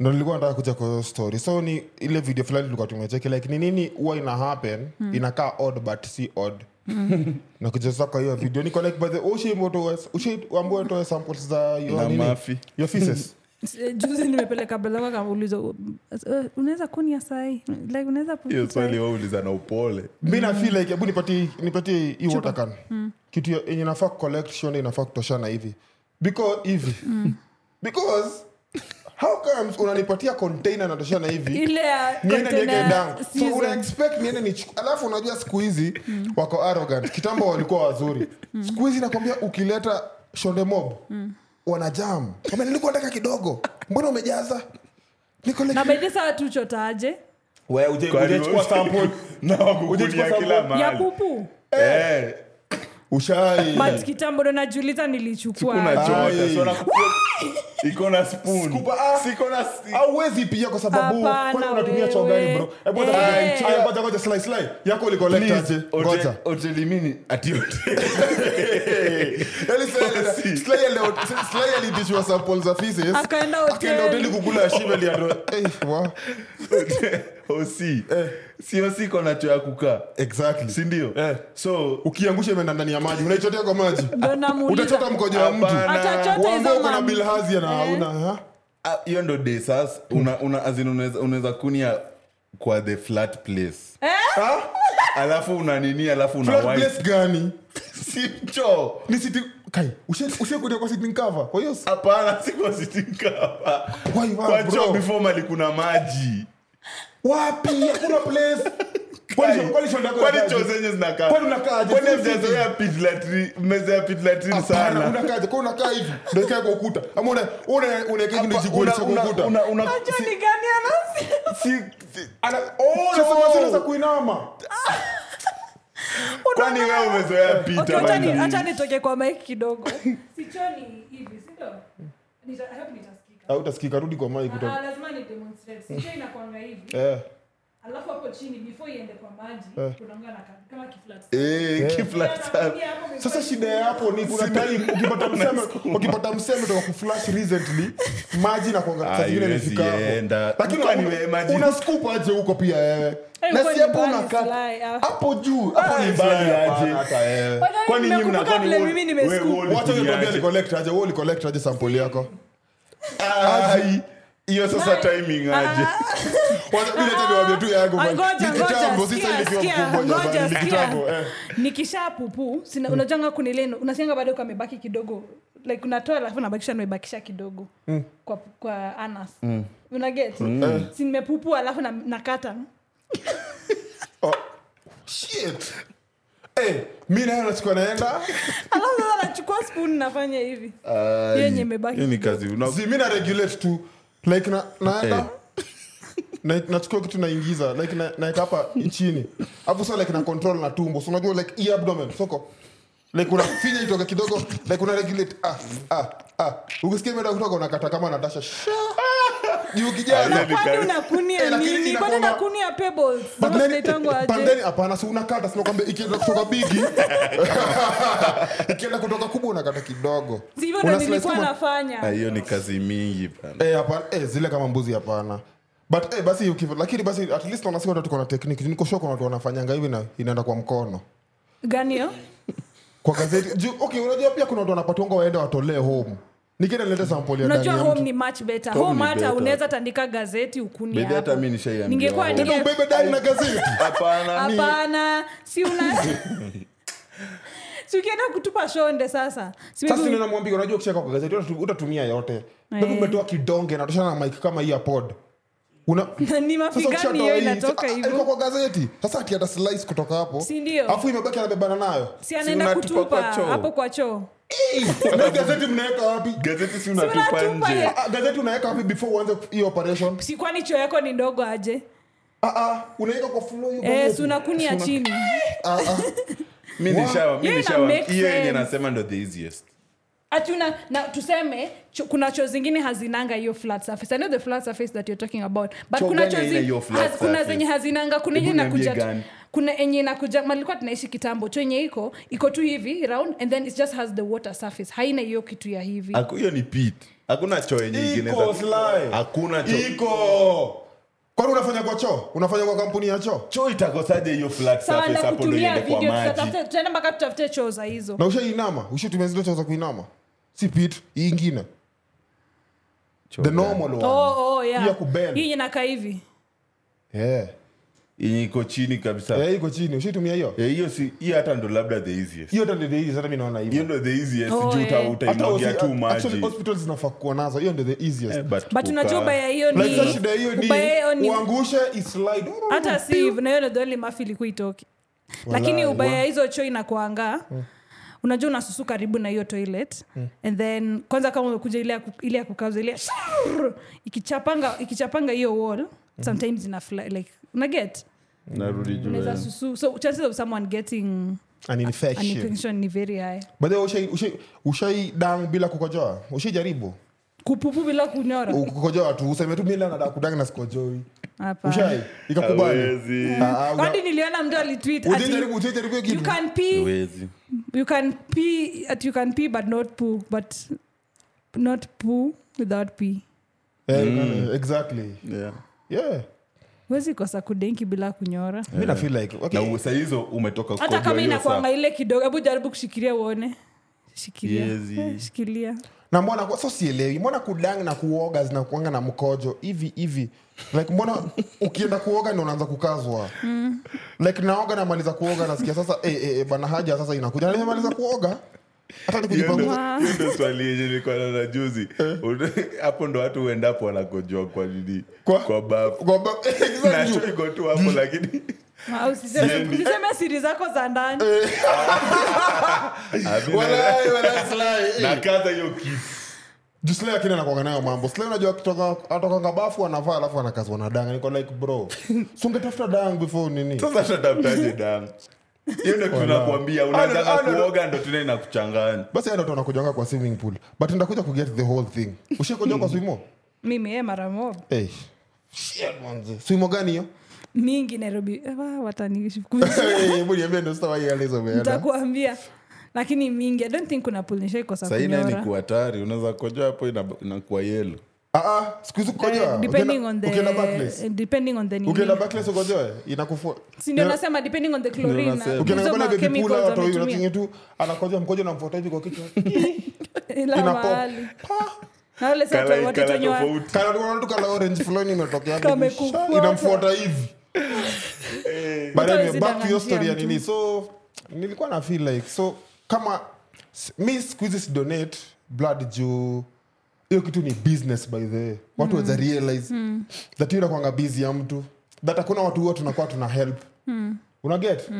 Speaker 4: ndo nilikuwa nataka kuja kwa hiyo story so ni ile video fulani tulikuwa tumecheki like ni nini huwa ina happen inakaa odd but si odd <laughs> nakuja sasa kwa hiyo video niko like by the ushaambua toe samples za your
Speaker 1: Na
Speaker 4: nini?
Speaker 1: mafi.
Speaker 4: your
Speaker 1: <laughs>
Speaker 4: feces
Speaker 3: Eh, juzi nimepeleka brother wangu akauliza "Uh, uh, unaweza kunia sahi like unaweza pu-
Speaker 1: hiyo swali
Speaker 3: sahi?"
Speaker 1: wauliza na upole
Speaker 4: mi na feel like hebu nipatie nipatie hii water can
Speaker 3: Hmm.
Speaker 4: kitu ya- yenye nafaa collection inafaa kutoshana hivi because hivi
Speaker 3: Hmm.
Speaker 4: because how comes unanipatia container natoshana hivi
Speaker 3: ile ya
Speaker 4: niende
Speaker 3: container
Speaker 4: nieke damu so
Speaker 3: season. Hmm.
Speaker 4: una expect niende nichu alafu unajua siku hizi wako arrogant kitambo walikuwa wazuri siku hizi nakwambia ukileta shonde mob
Speaker 3: Hmm.
Speaker 4: wanajam kama nilikuwa nataka kidogo mbona umejaza Niko like-
Speaker 3: na baidhi saa tuchotaaje
Speaker 4: Wewe uje-
Speaker 1: Kwa
Speaker 4: uje
Speaker 1: hiyo-
Speaker 4: chukua sample.
Speaker 1: <laughs> na
Speaker 4: Uje chukua
Speaker 1: wakukulia
Speaker 4: sample.
Speaker 1: kila
Speaker 3: ya
Speaker 1: mahali
Speaker 3: pupu
Speaker 1: Eh,
Speaker 4: <laughs> ushai
Speaker 3: but kitambo ndo najiuliza nilichukua
Speaker 1: kunachoka
Speaker 4: Ai.
Speaker 1: iko na spoon.
Speaker 4: Scuba, ah.
Speaker 1: Siko na si-
Speaker 4: auwezi pia kwa sababu
Speaker 3: Hapana,
Speaker 4: kwani unatumia
Speaker 3: wewe.
Speaker 4: chogani bro Eh, bwana,
Speaker 3: Eh.
Speaker 4: ai, chill, ngoja ngoja slide, slide.
Speaker 1: Please,
Speaker 4: yako ulikolektaje
Speaker 1: hotel-
Speaker 4: ngoja
Speaker 1: hoteli mini ati
Speaker 4: <laughs>
Speaker 1: hotel.
Speaker 4: Yaani
Speaker 1: <laughs>
Speaker 4: slide ile- slide ile- slide alitishwa sample za feces.
Speaker 3: Akaenda
Speaker 4: Akaenda
Speaker 3: hoteli.
Speaker 4: hoteli kukula shibe liando Eh, wa-
Speaker 1: Osi. Eh. Si osi iko nacho ya kukaa
Speaker 4: exactly
Speaker 1: sindio
Speaker 4: Eh.
Speaker 1: so
Speaker 4: ukiangusha imeenda ndani ya maji unaichotea kwa maji
Speaker 3: Ndo namuuliza.
Speaker 4: utachota mkojo wa mtu
Speaker 1: Hapana.
Speaker 3: atachota
Speaker 4: uambao
Speaker 3: hizo Eh.
Speaker 4: uko na
Speaker 3: mam-
Speaker 4: bilhazia na hauna ha?
Speaker 1: ah, hiyo ndo de sas una, una, as in unaweza unaweza kunia kwa the flat place
Speaker 4: Ha?
Speaker 1: alafu unanini alafu una
Speaker 4: Flat
Speaker 1: wipe.
Speaker 4: place gani
Speaker 1: si choo
Speaker 4: ni siti kai ushakuja kwa sitting cover kwa hiyo
Speaker 1: hapana sikositikapa
Speaker 4: Why, why,
Speaker 1: kwa
Speaker 4: bro?
Speaker 1: choo before mali kuna maji
Speaker 4: wapi hakuna
Speaker 1: <laughs>
Speaker 4: place
Speaker 1: Kai,
Speaker 4: Kwani- kwani shonda yako
Speaker 1: kwani
Speaker 4: inakaje?
Speaker 1: choo zenye
Speaker 4: Kwani unakaaje? Sisi-
Speaker 1: zinakaakwani pitlatri mmezoea pitlatrin
Speaker 4: Hapana,
Speaker 1: sana
Speaker 4: unakaaje? Kwa unakaa hivi ndio ikae kwa ukuta ama una- una- unaweka hivi ndio
Speaker 1: Hapa,
Speaker 4: jigoni
Speaker 1: una-
Speaker 4: cha kwa
Speaker 1: una-
Speaker 4: ukuta
Speaker 1: una- una-
Speaker 3: Unajua
Speaker 1: si-
Speaker 3: ni gani anasi
Speaker 1: si- si-
Speaker 4: Ana- oh, nasema zile za kuinama
Speaker 1: kwani wewe umezoea
Speaker 3: Eh. Okay, wacha ni-
Speaker 1: pita
Speaker 3: wacha nitoke kwa mike kidogo sichoni hivi sindio Nita- I hope nitasikika.
Speaker 4: Ah, utasikika rudi kwa mic
Speaker 3: Ah,
Speaker 4: uta-
Speaker 3: ah, lazima ni demonstrate sicho inakwanga
Speaker 1: Ah.
Speaker 3: hivi
Speaker 4: eh
Speaker 3: alafu hapo chini before iende kwa maji kunaanga na ka- kama kiflat Yaani,
Speaker 1: Eh, kiflat-
Speaker 4: sasa shida ya hapo ni kuna time
Speaker 1: <laughs>
Speaker 4: ukipata mseme ukipata mseme toka kuflash recently maji na kuanga
Speaker 1: Ah,
Speaker 4: saa zingine
Speaker 1: haiwezi
Speaker 4: imefika
Speaker 1: enda.
Speaker 4: hapo lakini
Speaker 1: Kwani
Speaker 4: una-
Speaker 1: wewe maji-
Speaker 4: una scoop aje huko pia wewe
Speaker 3: Eh,
Speaker 4: na
Speaker 3: kwani
Speaker 4: si hapo
Speaker 3: mbali
Speaker 4: unakaa
Speaker 3: slide, ah.
Speaker 4: hapo juu
Speaker 1: Ah,
Speaker 4: hapo ni mbali
Speaker 1: slide
Speaker 4: aje
Speaker 1: aje.
Speaker 4: hata wewe
Speaker 1: Kwani nyinyi
Speaker 3: nimekumbuka
Speaker 1: mnakwani
Speaker 3: vile
Speaker 1: wo-
Speaker 3: mimi
Speaker 1: wewe
Speaker 3: nimescoop.
Speaker 1: wo-
Speaker 4: wacha
Speaker 1: Ulikuja
Speaker 4: nikwambia
Speaker 1: aje?
Speaker 4: ni collector aje wewe uli collector aje sample yako
Speaker 1: Ai, hiyo sasa
Speaker 3: Bye.
Speaker 1: timing aje
Speaker 4: wacha mimi acha niwaambie tu yangu
Speaker 3: Ah,
Speaker 4: bwana.
Speaker 3: ngoja,
Speaker 4: Ni
Speaker 3: ngoja,
Speaker 4: kitambo, sisi
Speaker 3: sikia,
Speaker 4: nilikuwa
Speaker 3: sikia,
Speaker 4: mkubwa
Speaker 3: ngoja,
Speaker 4: jamani, ni
Speaker 3: sikia.
Speaker 4: kitambo, eh.
Speaker 3: ah. nikisha pupu sina-
Speaker 4: Hmm.
Speaker 3: unajanga kunileno unasianga bado kamebaki kidogo like unatoa alafu nabakisha nimebakisha kidogo
Speaker 4: Hmm.
Speaker 3: kwa, kwa anas unaget si nimepupu alafu na- nakata
Speaker 4: Shit. Eh, mi nayo nachukua naenda
Speaker 3: alafu sasa nachukua spoon nafanya hivi
Speaker 4: Ah,
Speaker 1: Ai,
Speaker 3: Hiyo yenye imebaki
Speaker 1: hiyo ni kazi una-
Speaker 4: Zi, mi na regulate tu like na, naenda
Speaker 1: Eh.
Speaker 4: <laughs> na, nachukua kitu naingiza like na- naeka hapa chini afu so like na control na tumbo so unajua like hii abdomen soko like unafinya itoka kidogo like una regulate ah, ah, ah. ukisikia imeenda kutoka unakata kama natasha Sha. juu kijana
Speaker 1: Ai,
Speaker 3: Na kwani
Speaker 1: Nikari-
Speaker 4: Eh,
Speaker 3: unakunia
Speaker 4: lakini
Speaker 3: nini kwani
Speaker 4: inakuanga-
Speaker 3: unakunia pebbles Sasa
Speaker 4: Pandeni-
Speaker 3: zinaitangwa aje
Speaker 4: pandeni hapana si unakata sinakwambia ikienda kutoka
Speaker 3: <laughs>
Speaker 4: bigi ikienda kutoka kubwa unakata kidogo
Speaker 3: sivyo
Speaker 4: Una
Speaker 3: ndo
Speaker 4: slice
Speaker 3: nilikuwa
Speaker 4: kama-
Speaker 1: Ah,
Speaker 3: nafanya
Speaker 1: hiyo ni kazi mingi bana.
Speaker 4: Eh, hapana eh, zile kama mbuzi hapana but eh, basi ukiv- lakini basi at least wanasema watu tuko na tekniki nikoshokona watu wanafanyanga hivi na inaenda kwa mkono
Speaker 3: gani hiyo
Speaker 4: kwa gazeti juu okay unajua pia kuna watu wanapatwanga waende watolee home nikienda nilete sampoli ya ndani
Speaker 3: unajua
Speaker 4: ya
Speaker 3: home
Speaker 4: mtu
Speaker 3: ni much better
Speaker 1: Home
Speaker 3: home
Speaker 1: ni
Speaker 3: hata
Speaker 1: better.
Speaker 3: unaweza tandika gazeti ukunia
Speaker 1: Bedhi hata
Speaker 3: hapo.
Speaker 1: mi nishaiambiwa.
Speaker 3: Ningekuwa
Speaker 1: Home.
Speaker 4: tena
Speaker 3: nige-
Speaker 4: ubebe ndani na
Speaker 3: <laughs>
Speaker 4: gazeti
Speaker 1: Eh, Hapana.
Speaker 3: hapana si una si ukienda kutupa shonde sasa Si
Speaker 4: sasa
Speaker 3: wewe-
Speaker 4: ndio namwambia unajua ukishaka kwa gazeti utatu- utatumia yote ndio
Speaker 3: Eh.
Speaker 4: umetoa kidonge na toshana na mic kama hii ya pod
Speaker 3: <laughs>
Speaker 4: una
Speaker 3: ni
Speaker 4: sasa
Speaker 3: mapigano
Speaker 4: ukishatoa
Speaker 3: hiyo
Speaker 4: hii
Speaker 3: inatoka
Speaker 4: sasa, ah, ilikuwa
Speaker 3: hivyo
Speaker 4: kwa gazeti sasa ati ata slice kutoka hapo
Speaker 3: Si ndio?
Speaker 4: afu imebaki anabebana nayo
Speaker 3: si anaenda
Speaker 1: unatupa
Speaker 3: kutupa
Speaker 1: kwa choo.
Speaker 3: hapo kwa choo
Speaker 4: na hii gazeti mnaweka wapi
Speaker 1: gazeti si
Speaker 3: Si
Speaker 1: unatupa
Speaker 3: unatupa
Speaker 1: nje
Speaker 3: ya-
Speaker 4: Ah, gazeti unaweka wapi before uanze hii operation
Speaker 3: si kwani choo yako ni ndogo aje
Speaker 4: ah, ah, unaweka kwa floor hiyo
Speaker 3: eh,
Speaker 4: gazeti.
Speaker 3: si unakunia
Speaker 4: Suna-
Speaker 3: chini
Speaker 4: ah, ah.
Speaker 1: mi nishawa mi
Speaker 3: Hiyo ina
Speaker 1: nishawa
Speaker 3: make
Speaker 1: hiyo yenye
Speaker 3: sense.
Speaker 1: nasema ndo the easiest
Speaker 3: Achuna, na tuseme cho, kuna choo zingine hazinanga hiyo flat surface i know the flat surface that you're talking about but
Speaker 1: Choo
Speaker 3: kuna
Speaker 1: gani
Speaker 3: choo
Speaker 1: haina hiyo
Speaker 3: zi,
Speaker 1: flat
Speaker 3: haz, kuna
Speaker 1: surface?
Speaker 3: zenye hazinanga kuna
Speaker 1: Hebu
Speaker 3: yenye
Speaker 1: niambie
Speaker 3: inakuja tu-
Speaker 1: gani?
Speaker 3: kuna enye inakuja malikuwa tunaishi kitambo choo yenye iko iko tu hivi round and then it just has the water surface haina hiyo kitu ya hivi
Speaker 1: Haku- hiyo ni pit hakuna choo yenye
Speaker 4: Iko
Speaker 1: ingineza
Speaker 4: slide.
Speaker 1: hakuna choo
Speaker 4: iko kwani unafanya kwa choo unafanya kwa kampuni ya choo
Speaker 1: choo itakosaje hiyo flat
Speaker 3: sawa
Speaker 1: surface
Speaker 3: na
Speaker 1: hapo ndo
Speaker 3: kutumia
Speaker 1: iende kwa
Speaker 3: video
Speaker 1: maji
Speaker 3: tutafute- tutaenda mpaka tutafute choo za hizo
Speaker 4: na ushainama ushatumia zile choo za kuinama si pit hii ingine
Speaker 1: Choo
Speaker 4: the
Speaker 1: gani?
Speaker 4: normal one
Speaker 3: oh, oh,
Speaker 4: Hii ya
Speaker 3: yeah.
Speaker 4: kubend.
Speaker 3: hii inakaa hivi
Speaker 4: yeah.
Speaker 1: yenye iko chini kabisa
Speaker 4: yeah, Eh, iko chini ushaitumia hiyo
Speaker 1: Eh, hiyo si hiyo hata ndo labda the easiest
Speaker 4: hiyo tandedeizi hata mi naona
Speaker 1: hiyo
Speaker 4: hiyo
Speaker 1: ndo the easiest
Speaker 3: Oh,
Speaker 1: juu uta-
Speaker 3: eh.
Speaker 4: hata
Speaker 1: utaimwagia
Speaker 4: hosi-
Speaker 1: tu
Speaker 4: act- actually
Speaker 1: maji
Speaker 4: hospitals zinafaa kuwa nazo hiyo ndio the
Speaker 1: Eh,
Speaker 4: easiest
Speaker 1: but
Speaker 3: but unajua
Speaker 1: kukaa-
Speaker 3: ubaya hiyo
Speaker 4: like sasa
Speaker 3: ni
Speaker 4: shida hiyo
Speaker 3: ubaya hiyo
Speaker 4: ni
Speaker 3: ni
Speaker 4: uangushe islide
Speaker 3: hata si nayonadoholi mafi ilikuwa itoki lakini
Speaker 4: Walai.
Speaker 3: ubaya hizo cho inakuanga unajua unasusu karibu na hiyo toilet and then kwanza kama umekuja ile ya ku- ile ya kukauza ile ya shurr, ikichapanga ikichapanga hiyo wall sometimes ina fly, like una get
Speaker 1: narudi juu
Speaker 3: unaweza susu so chances of someone getting
Speaker 4: an infection
Speaker 3: Infection ni very high
Speaker 4: by the way ushai- ushai- ushai dang bila kukojoa ushaijaribu
Speaker 3: kupupu bila kunyora
Speaker 4: Oh. kukojoa tu useme tu mila nada kudang na sikojoi
Speaker 3: Hapana.
Speaker 4: ushai ikakubali
Speaker 1: Hawezi.
Speaker 4: Ah, ah, una-
Speaker 3: kwani niliona mtu alitweet
Speaker 4: Ushaijaribu-
Speaker 3: ati
Speaker 4: ushaijaribu hiyo
Speaker 3: you
Speaker 4: kitu
Speaker 3: can pee
Speaker 1: Hawezi.
Speaker 3: you can pee at you can pee but not poo but not poo without pee
Speaker 4: Eh,
Speaker 1: Mm.
Speaker 4: exactly
Speaker 1: Yeah. Eh.
Speaker 4: yeah
Speaker 3: huwezi kosa kudenki bila kunyora
Speaker 4: mi na feel like
Speaker 1: na
Speaker 4: okay
Speaker 1: u- saa hizo umetoka
Speaker 3: hata
Speaker 1: kukojoa
Speaker 3: kama
Speaker 1: hiyo
Speaker 3: inakwanga ile kidogo hebu jaribu kushikilia uone shikilia
Speaker 1: Yezi.
Speaker 3: <laughs> Eh, shikilia
Speaker 4: na mbona kwa- so sielewi mbona kudang na kuoga zinakuanga na mkojo hivi hivi like mbona ukienda kuoga ndo unaanza kukazwa like naoga namaliza kuoga nasikia sasa eh, eh, eh, bana haja sasa inakuja nalimaliza kuoga hata ni
Speaker 1: Hiyo ndo-
Speaker 4: kujipanguza
Speaker 1: hiyo ndo swali yenye nilikuwa naona juzi
Speaker 4: Eh.
Speaker 1: Ude- hapo ndo watu uendapo wanakojoa kwa nini
Speaker 4: Kwa-
Speaker 1: kwa bafu
Speaker 4: Kwa ba- <laughs> exactly.
Speaker 1: nacho iko tu hapo lakini
Speaker 3: Ma, usiseme- usiseme siri zako za ndani
Speaker 1: Eh. Amina,
Speaker 4: Walai, walai, slai, eh.
Speaker 1: nakaza hiyo kisu
Speaker 4: Juu Slay akina anakuanga nayo mambo Slay unajua akitoka- anatokanga bafu anavaa alafu anakazwa na dang niko like bro so ungetafuta dang before nini
Speaker 1: sasa tunatafuta damu hiyo ndo tunakuambia unaanza
Speaker 4: Ah, no, no, no.
Speaker 1: kuoga ndo tuna inakuchanganya
Speaker 4: basi haya ndo tunakujanga kwa swimming pool but ndakuja kuget the whole thing ushakuja kwa swimo
Speaker 3: mimi eh, mara mob
Speaker 4: Eh, shit, manze. swimo gani hiyo <laughs>
Speaker 3: mingi nairobi Eh, wa- watanifukuza.
Speaker 4: Eh, hebu niambie ndo sitawaeleza
Speaker 3: <laughs> nitakuambia lakini mingi i don't think kuna pool nishaikosa
Speaker 1: Saa hii naye ni
Speaker 3: kunyora
Speaker 1: kuhatari unaweza kojoa hapo ina- inakuwa yelo
Speaker 4: Ah, sikuhizi
Speaker 3: Eh,
Speaker 4: kukojoa
Speaker 3: depending on the-
Speaker 4: ukienda backless
Speaker 3: eh, depending on the nini.
Speaker 4: ukienda backless ukojoe inakufua
Speaker 3: Si ndio nasema depending on the chlorine na
Speaker 1: nasema.
Speaker 4: ukienda
Speaker 3: hizo
Speaker 4: kona
Speaker 3: ma-
Speaker 4: baby
Speaker 3: chemicals
Speaker 4: pula watoi
Speaker 3: wametumia.
Speaker 4: unatingi tu anakojoa mkojo namfuata hivi kwa kichwa <laughs>
Speaker 3: <laughs>
Speaker 4: Ah.
Speaker 3: Ila
Speaker 4: Ina pop.
Speaker 3: mahali. Na wale si watu-
Speaker 1: Kala-
Speaker 3: watoto
Speaker 1: kala
Speaker 3: wenye wa-
Speaker 1: tofauti.
Speaker 4: Kana tu- unaona tu kala orange fulani imetokea hapo.
Speaker 3: Kamekufuata.
Speaker 4: inamfuata hivi But anyway,
Speaker 3: Mtu
Speaker 4: back to your story ya
Speaker 3: mtu.
Speaker 4: nini so nilikuwa na feel like so kama s- mi siku hizi sidonate blood juu hiyo kitu ni business by the way watu
Speaker 3: Mm.
Speaker 4: waza realize that hiyo inakwanga busy ya mtu that hakuna watu huwa tunakuwa tuna help
Speaker 3: Mm.
Speaker 4: unaget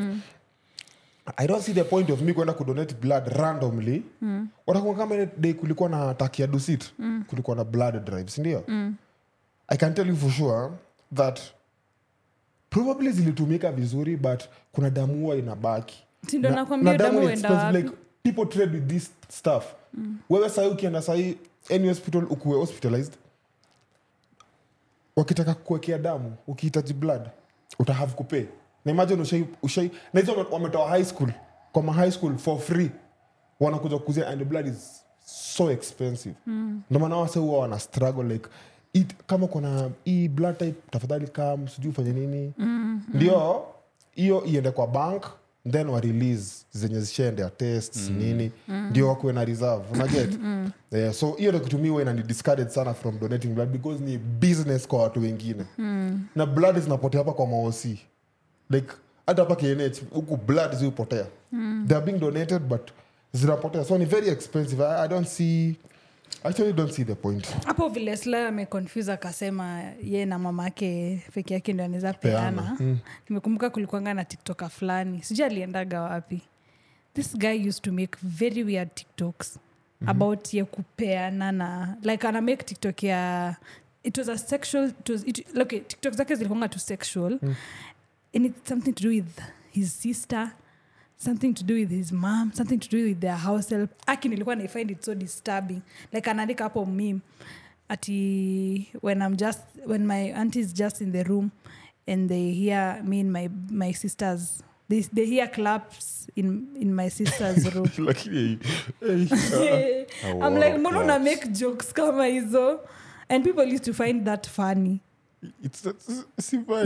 Speaker 4: i don't see the point of mi kwenda kudonate blood randomly mm. watakuwa kama ile day kulikuwa na attack ya dusit mm. kulikuwa na blood drive sindio mm. i can tell you for sure that probably zilitumika vizuri but kuna damu huwa inabaki
Speaker 3: Si ndio
Speaker 4: Na-
Speaker 3: nakwambia
Speaker 4: na
Speaker 3: damu
Speaker 4: ni
Speaker 3: huenda
Speaker 4: expensive,
Speaker 3: wapi.
Speaker 4: like, people trade with this stuff wewe sahii ukienda sahii any hospital ukuwe hospitalized wakitaka kukuwekea damu ukihitaji blood utahave kupay na imagine ushai, ushai na hizo wame- wametoa high school kwa ma high school for free wanakuja kuzia and blood is so expensive mm. ndomaana wase huwa wana struggle like it, kama kuna hii blood type tafadhali kam sijui ufanye nini mm, ndio hiyo iende kwa bank then wa release zenye zishaendea tests mm. nini mm. ndio wakuwe na reserve unaget mm. yeah, so hiyo ndo kitu mi huwa inani discourage sana from donating blood because ni business kwa watu wengine mm. na blood zinapotea hapa kwa maosi like hata hapa knh huku blood ziupotea mm. they are being donated but zinapotea so ni very expensive i, I don't see I actually don't see the point
Speaker 3: hapo vile sla ameconfuse akasema ye na mama ake peke yake ndo anaweza peana mm. nimekumbuka kulikuanga na tiktoka fulani sijui aliendaga wapi this guy used to make very weird tiktoks mm-hmm. about ye kupeana na like ana make tiktok ya it was a sexual it was, it, okay, tiktok zake zilikuanga tu sexual mm. and it's something to do with his sister something to do with his mom something to do with their house help aki nilikuwa na find it so disturbing like anaandika hapo mim ati when i'm just when my aunt is just in the room and they hear me and my my sisters they, they hear claps in in my sister's room
Speaker 4: lakini
Speaker 3: <laughs> i'm like mbona una make jokes kama hizo and people used to find that funny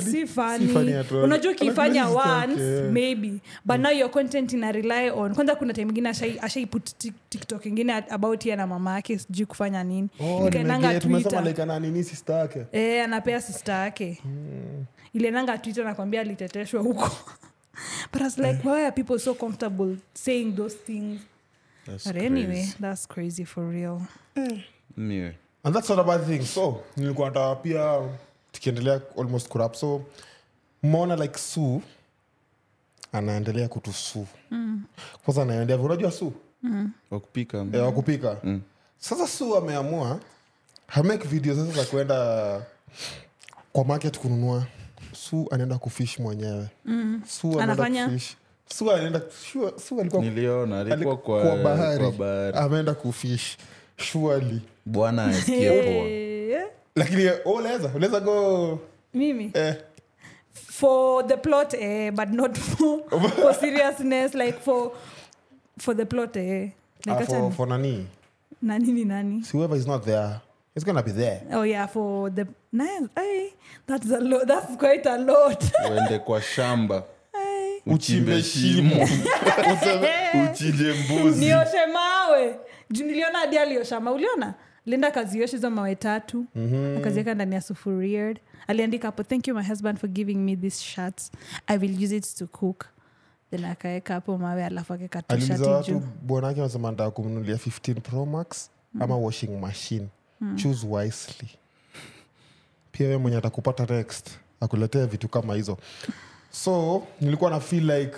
Speaker 3: si fani unajua ukifanya once maybe but now your content ina rely on kwanza kuna time ingine ashai- ashaiput tik- tiktok ingine at- about ya na mama yake sijui kufanya nini
Speaker 4: Oh,
Speaker 3: ikaendanga twitter
Speaker 4: sistaake
Speaker 3: e, anapea sista yake Hmm. ilienanga twitter nakwambia aliteteshwa huko <laughs> but I was like why are people so comfortable saying those things but anyway that's crazy for real
Speaker 1: Anyway.
Speaker 4: and that's not a bad thing so nilikuwa nataka pia tukiendelea almost kurap so mona like su anaendelea kutusuu mm. kwanza anaendelea unajua su
Speaker 1: wakupika
Speaker 4: eh, wakupika sasa su ameamua hamake video sasa za kuenda kwa market kununua su anaenda kufish mwenyewe mm. su anaenda
Speaker 3: Anafanya?
Speaker 4: kufish Sua alienda sure, Sua alikuwa
Speaker 1: niliona alikuwa kwa,
Speaker 4: kwa bahari,
Speaker 1: kwa bahari.
Speaker 4: ameenda kufish surely
Speaker 1: bwana asikie
Speaker 3: <laughs>
Speaker 1: poa
Speaker 3: Eh,
Speaker 4: lakini eh, oh, unaweza unaweza go
Speaker 3: mimi
Speaker 4: eh,
Speaker 3: for the plot eh, but
Speaker 4: <laughs>
Speaker 3: not for, for seriousness like for for the plot eh. like
Speaker 4: ah,
Speaker 3: acha
Speaker 4: for, for nani
Speaker 3: na nini nani
Speaker 4: so whoever is not there it's gonna be there
Speaker 3: oh yeah for the nice hey, that's a lot that's quite a lot <laughs>
Speaker 1: uende kwa shamba
Speaker 3: Hey.
Speaker 1: uchimbe shimo
Speaker 3: <laughs>
Speaker 1: uchinje mbuzi
Speaker 3: nioshe mawe juu niliona hadi aliosha mawe uliona linda kaziosha hizo mawe tatu
Speaker 4: Mhm.
Speaker 3: mm-hmm. akaziweka ndani ya sufuria aliandika hapo thank you my husband for giving me this shirt i will use it to cook then akaweka hapo mawe alafu akaweka tu
Speaker 4: aliuliza
Speaker 3: shati juu
Speaker 4: watu bwana wake anasema ndaa kumnunulia 15 pro max ama washing machine choose wisely pia we mwenye atakupata next akuletea vitu kama hizo so nilikuwa na feel like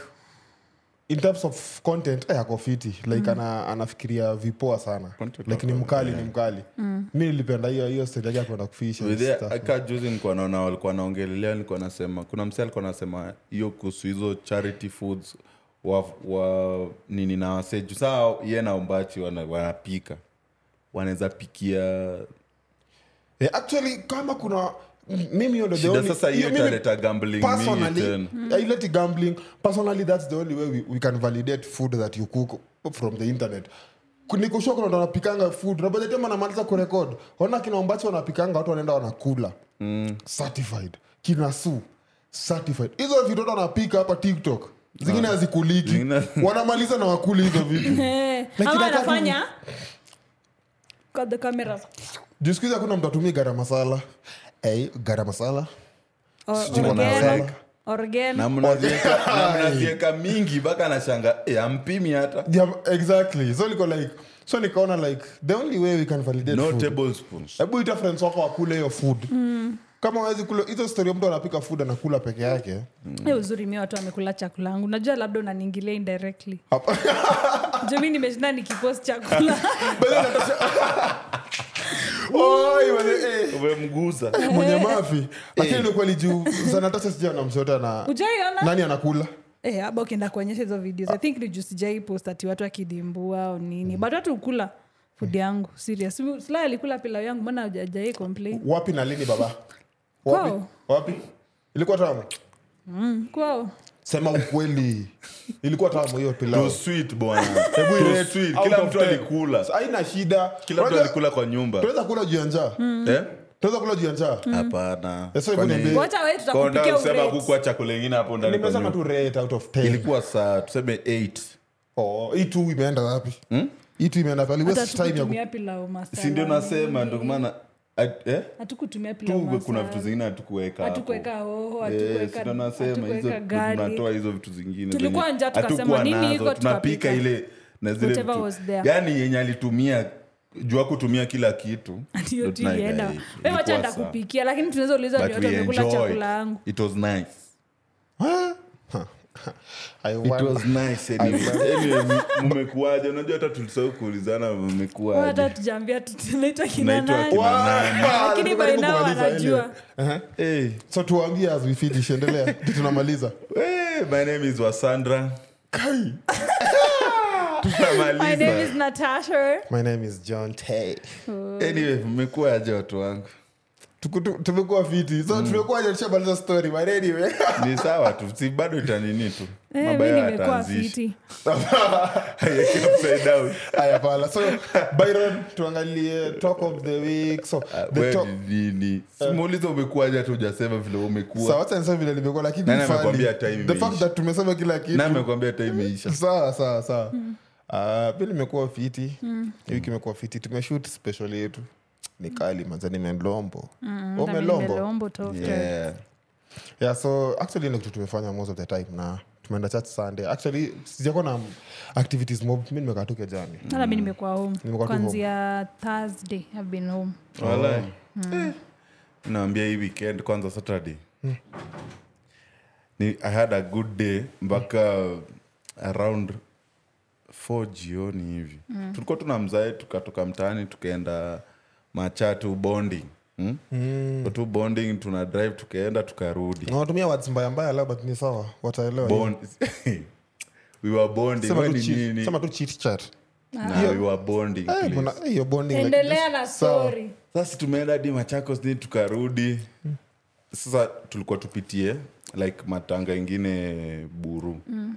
Speaker 4: in terms of content eh, ako fiti like ana, anafikiria vipoa sana
Speaker 1: Content
Speaker 4: like ni
Speaker 1: ako-
Speaker 4: mkali ni mkali mi nilipenda hiyo hiyo style yake ya kwenda kufisha and
Speaker 1: Within-
Speaker 4: stuff.
Speaker 1: aka juzi nilikuwa naona walikuwa naongelelea nilikuwa nasema kuna msee alikuwa nasema hiyo kuhusu hizo charity foods wa, wa nini na waseju saa ye na umbachi wana- wanapika wanaweza pikia
Speaker 4: Eh, actually kama kuna m- mimi hiyo ndo the
Speaker 1: shida
Speaker 4: only-
Speaker 1: sasa hiyo
Speaker 4: hiyo mimi-
Speaker 1: italeta gambling mingi
Speaker 4: personally
Speaker 1: tena
Speaker 4: I let it gambling personally that's the only way we, we can validate food that you cook from the internet nikushua kuna watu wanapikanga food na by the time anamaliza kurekod ona kina ambacho wanapikanga watu wanaenda wanakula mm. certified kina su certified hizo vitu watu wanapika hapa tiktok zingine hazikuliki
Speaker 1: Zingine- <laughs>
Speaker 4: wanamaliza na wakuli hizo vitu
Speaker 3: Eh,
Speaker 4: Lakini
Speaker 3: ama
Speaker 4: wakati-
Speaker 3: anafanya Got the cameras.
Speaker 4: jiskuizi hakuna mtu atumii gara masala hey, gara masala
Speaker 3: Or-
Speaker 4: Sijui
Speaker 3: organo,
Speaker 4: wanaweka.
Speaker 3: organo.
Speaker 1: na
Speaker 4: <laughs>
Speaker 1: mnazieka- na mnazieka mingi mpaka nashanga e, ampimi hata
Speaker 4: yeah, exactly so liko like so nikaona like the only way we can validate
Speaker 1: no
Speaker 4: food
Speaker 1: tablespoons
Speaker 4: hebu ita friends wako wakule hiyo food mm. kama wawezi kula hizo story mtu anapika food anakula peke yake
Speaker 3: Eh, uzuri mi watu wamekula chakula yangu najua labda unaniingilia indirectly
Speaker 4: Hapa-
Speaker 3: jumi nimeshinda nikipost chakula
Speaker 4: <laughs> Oi, wale- eh,
Speaker 1: umemguza
Speaker 4: mwenye mafi lakini ni kweli juu zanatasa sija namshota na
Speaker 3: ujaiona
Speaker 4: nani anakula
Speaker 3: Eh, aba ukienda kuonyesha hizo videos i think ni juu sijai post ati watu akidimbua au nini but watu ukula fudi yangu serious sila alikula pilau yangu mbona hujajai complain
Speaker 4: wapi na lini baba wapi
Speaker 3: Kwao.
Speaker 4: wapi ilikuwa tamu
Speaker 3: Mm, kwao
Speaker 4: sema ukweli ilikuwa tamu hiyo
Speaker 1: Too
Speaker 4: pilau
Speaker 1: sweet bwana
Speaker 4: Hebu
Speaker 1: Too
Speaker 4: irate
Speaker 1: sweet.
Speaker 4: out
Speaker 1: kila
Speaker 4: of
Speaker 1: mtu
Speaker 4: ten.
Speaker 1: alikula
Speaker 4: haina shida
Speaker 1: kila mtu
Speaker 4: Unajua, Mm.
Speaker 1: alikula kwa nyumba
Speaker 4: tunaweza kula juu ya njaa
Speaker 1: Eh?
Speaker 4: tunaweza kula juu ya njaa
Speaker 1: Mm. hapana
Speaker 4: That's why
Speaker 1: Kwani-
Speaker 4: kuna bei.
Speaker 3: wacha we
Speaker 1: Kwa unataka
Speaker 3: tutakupikia
Speaker 1: kusema
Speaker 3: urate.
Speaker 1: kukuwa chakula ingine hapo ndani kwa
Speaker 4: nimesema
Speaker 1: nyumba.
Speaker 4: tu rate out of 10
Speaker 1: ilikuwa saa tuseme 8
Speaker 4: oh, hii tu imeenda wapi
Speaker 1: Hmm?
Speaker 4: hii tu imeenda wapi
Speaker 3: Hata
Speaker 4: Waste time ya ku-
Speaker 3: hatukutumia pilau masala.
Speaker 1: sindio nasema ndio maana at- eh?
Speaker 3: hatukutumia pilau
Speaker 1: tu kuna vitu
Speaker 3: masala.
Speaker 1: zingine hatukuweka hapo.
Speaker 3: hatukuweka hoho
Speaker 1: Eh,
Speaker 3: hatukuweka
Speaker 1: sindio nasema hizo
Speaker 3: hatukuweka garlic.
Speaker 1: tunatoa hizo vitu zingine
Speaker 3: Tulikuwa
Speaker 1: zenye
Speaker 3: njaa tukasema,
Speaker 1: hatukuwa
Speaker 3: nini
Speaker 1: nazo.
Speaker 3: iko
Speaker 1: tunapika
Speaker 3: tukapika.
Speaker 1: ile na zile
Speaker 3: Whatever
Speaker 1: vitu.
Speaker 3: was there.
Speaker 1: yani yenye alitumia jua kutumia kila kitu
Speaker 3: <laughs> ndio
Speaker 1: ndio tunaiga
Speaker 3: tulienda
Speaker 1: hii.
Speaker 3: we wacha
Speaker 1: yaani, Ilikuwa sawa.
Speaker 3: ndakupikia lakini tunaweza uliza ni
Speaker 1: But
Speaker 3: watu
Speaker 1: we
Speaker 3: wamekula
Speaker 1: enjoyed.
Speaker 3: chakula yangu
Speaker 1: It was nice
Speaker 4: Huh? Huh. I
Speaker 1: It
Speaker 4: want-
Speaker 1: was nice anyway. <laughs> Anyway, m- mmekuwaje unajua hata tulisahau kuulizana mmekuwaje
Speaker 3: hata tujaambia <laughs> tunaitwa kina
Speaker 1: Tunaitwa
Speaker 3: nani
Speaker 1: kina-
Speaker 4: Wow,
Speaker 1: Nani?
Speaker 3: Lakini by
Speaker 4: karibu
Speaker 3: now
Speaker 4: kumaliza,
Speaker 3: wanajua.
Speaker 4: anyway. Aha.
Speaker 1: hey.
Speaker 4: so tuambie as we
Speaker 1: <laughs>
Speaker 4: finish endelea Ndio tunamaliza
Speaker 1: Hey, Eh, my name is Wasandra.
Speaker 4: Kai.
Speaker 3: my
Speaker 1: <laughs>
Speaker 3: name
Speaker 1: Tunamaliza.
Speaker 3: is natasha Eh,
Speaker 4: my name is john tay
Speaker 1: Anyway, mmekuwa aje watu wangu?
Speaker 4: Tuku- tu- tumekuwa fiti so
Speaker 1: Hmm.
Speaker 4: tumekuwa tushamaliza story but anyway <laughs>
Speaker 1: Ni sawa tu, si bado itanini tu.
Speaker 3: Eh, mi
Speaker 1: Mabaya
Speaker 3: nimekuwa
Speaker 1: yataanzisha.
Speaker 3: fiti
Speaker 1: <laughs> Haya, keep upside down.
Speaker 4: haya pala so byron tuangalie talk of the week so the
Speaker 1: Ah, Wewe
Speaker 4: talk
Speaker 1: ni nini? Simuuliza umekuwa aje hata hujasema vile umekuwa.
Speaker 4: sawa acha niseme vile nimekuwa lakini
Speaker 1: Nani
Speaker 4: ni funny.
Speaker 1: amekwambia time
Speaker 4: the fact
Speaker 1: imeisha?
Speaker 4: that tumesema kila kitu
Speaker 1: Na amekwambia hata imeisha.
Speaker 4: sawa sawa sawa Ah, pili imekuwa fiti Hii wiki imekuwa fiti tumeshut special yetu ni kali manza nimelombo
Speaker 3: Mm, na mimi
Speaker 4: umelombo
Speaker 3: nimelombo tofauti.
Speaker 1: Yeah.
Speaker 4: yeah so actually ndio kitu tumefanya most of the time na tumeenda church sunday actually sijakuwa na activities mob mi nimekaa tu kejani
Speaker 3: hata mi
Speaker 1: Mm.
Speaker 3: nimekuwa home
Speaker 4: Nimekuwa tu
Speaker 3: kwanzia thursday I've been home
Speaker 1: Walai.
Speaker 4: Oh.
Speaker 1: Eh, naambia hii weekend kwanza saturday
Speaker 4: Hmm.
Speaker 1: ni, i had a good day mpaka around f jioni hivi
Speaker 4: Hmm.
Speaker 1: mm. tulikuwa tuna mzae tukatoka mtaani tukaenda machatu bonding mm?
Speaker 4: Hmm.
Speaker 1: mm. tu bonding tuna drive tukaenda tukarudi
Speaker 4: nawatumia words mbaya mbaya labda ni sawa wataelewa
Speaker 1: Bond- <laughs> we were bonding
Speaker 4: Sema
Speaker 1: Wewe
Speaker 4: tu
Speaker 1: ni
Speaker 4: chit-
Speaker 1: nini
Speaker 4: sema tu chit chat
Speaker 1: Nah, we were bonding
Speaker 4: Eh,
Speaker 1: please.
Speaker 4: bwana, eh, you're bonding like
Speaker 3: endelea
Speaker 4: this.
Speaker 3: na
Speaker 4: Sawa.
Speaker 3: story
Speaker 1: sasa tumeenda hadi machakos ni tukarudi sasa tulikuwa tupitie like matanga ingine buru mm.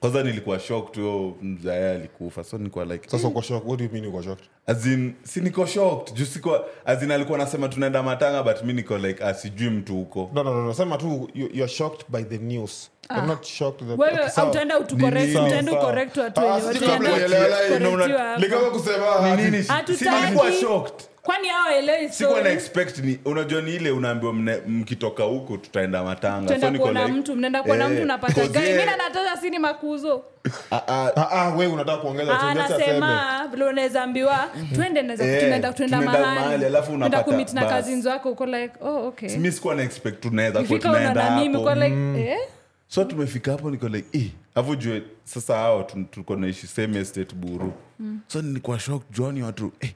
Speaker 1: kwanza nilikuwa shock tu yo mzaya alikufa so nilikuwa like
Speaker 4: sasa uko shocked. What do you mean uko shocked?
Speaker 1: as in, si niko shocked juu sikuwa as in alikuwa anasema tunaenda matanga but mi niko like ah, sijui mtu huko
Speaker 4: No, no, no, no. sema tu you- you're shocked by the news You're not shocked that-
Speaker 3: Ah. wewe
Speaker 4: Okay, sawa.
Speaker 3: au utaenda utucorrect,
Speaker 1: Sawa,
Speaker 3: utaenda
Speaker 4: sawa.
Speaker 3: ucorrect watu
Speaker 4: Ah,
Speaker 3: wenye-
Speaker 4: sijui
Speaker 3: watu
Speaker 4: kama
Speaker 3: wenye-
Speaker 4: unaelewa,
Speaker 3: watu
Speaker 4: ina- una-
Speaker 3: correctiwa hapa.
Speaker 4: Nikaanza kusema, "Ah,
Speaker 1: Ni nini?
Speaker 3: Hatutaki.
Speaker 1: Si nilikuwa shocked
Speaker 3: kwani hao waelewi
Speaker 1: sikuwa na
Speaker 3: story?
Speaker 1: expect ni unajua ni ile unaambiwa mne- mkitoka huku tutaenda matanga
Speaker 3: Tutaenda
Speaker 1: So niko
Speaker 3: kuona
Speaker 1: like,
Speaker 3: mtu mnaenda kuona
Speaker 1: eh,
Speaker 3: mtu napata
Speaker 1: cause
Speaker 3: gari
Speaker 1: yeye-
Speaker 3: mi nanatoza sini makuzo
Speaker 4: Ah, ah, wewe unataka kuongeza
Speaker 3: Ah,
Speaker 4: chochote, aseme.
Speaker 3: anasema vile unaweza ambiwa tuende naweza
Speaker 1: Eh,
Speaker 3: tunaenda- tunaenda
Speaker 1: tunaenda
Speaker 3: mahali.
Speaker 1: mahali, alafu
Speaker 3: Tunaenda
Speaker 1: unapata
Speaker 3: kumit na
Speaker 1: bus.
Speaker 3: kazinzi wako uko like oh, okay
Speaker 1: mi sikuwa na expect tunaweza kuwa
Speaker 3: Ukifika unaona
Speaker 1: tunaenda
Speaker 3: mimi uko
Speaker 1: hapo Mm.
Speaker 3: like eh?
Speaker 1: so tumefika hapo niko like eh hapo jue sasa hao tu- tulikuwa naishi same estate buru mm. so nilikuwa shock juani watu eh,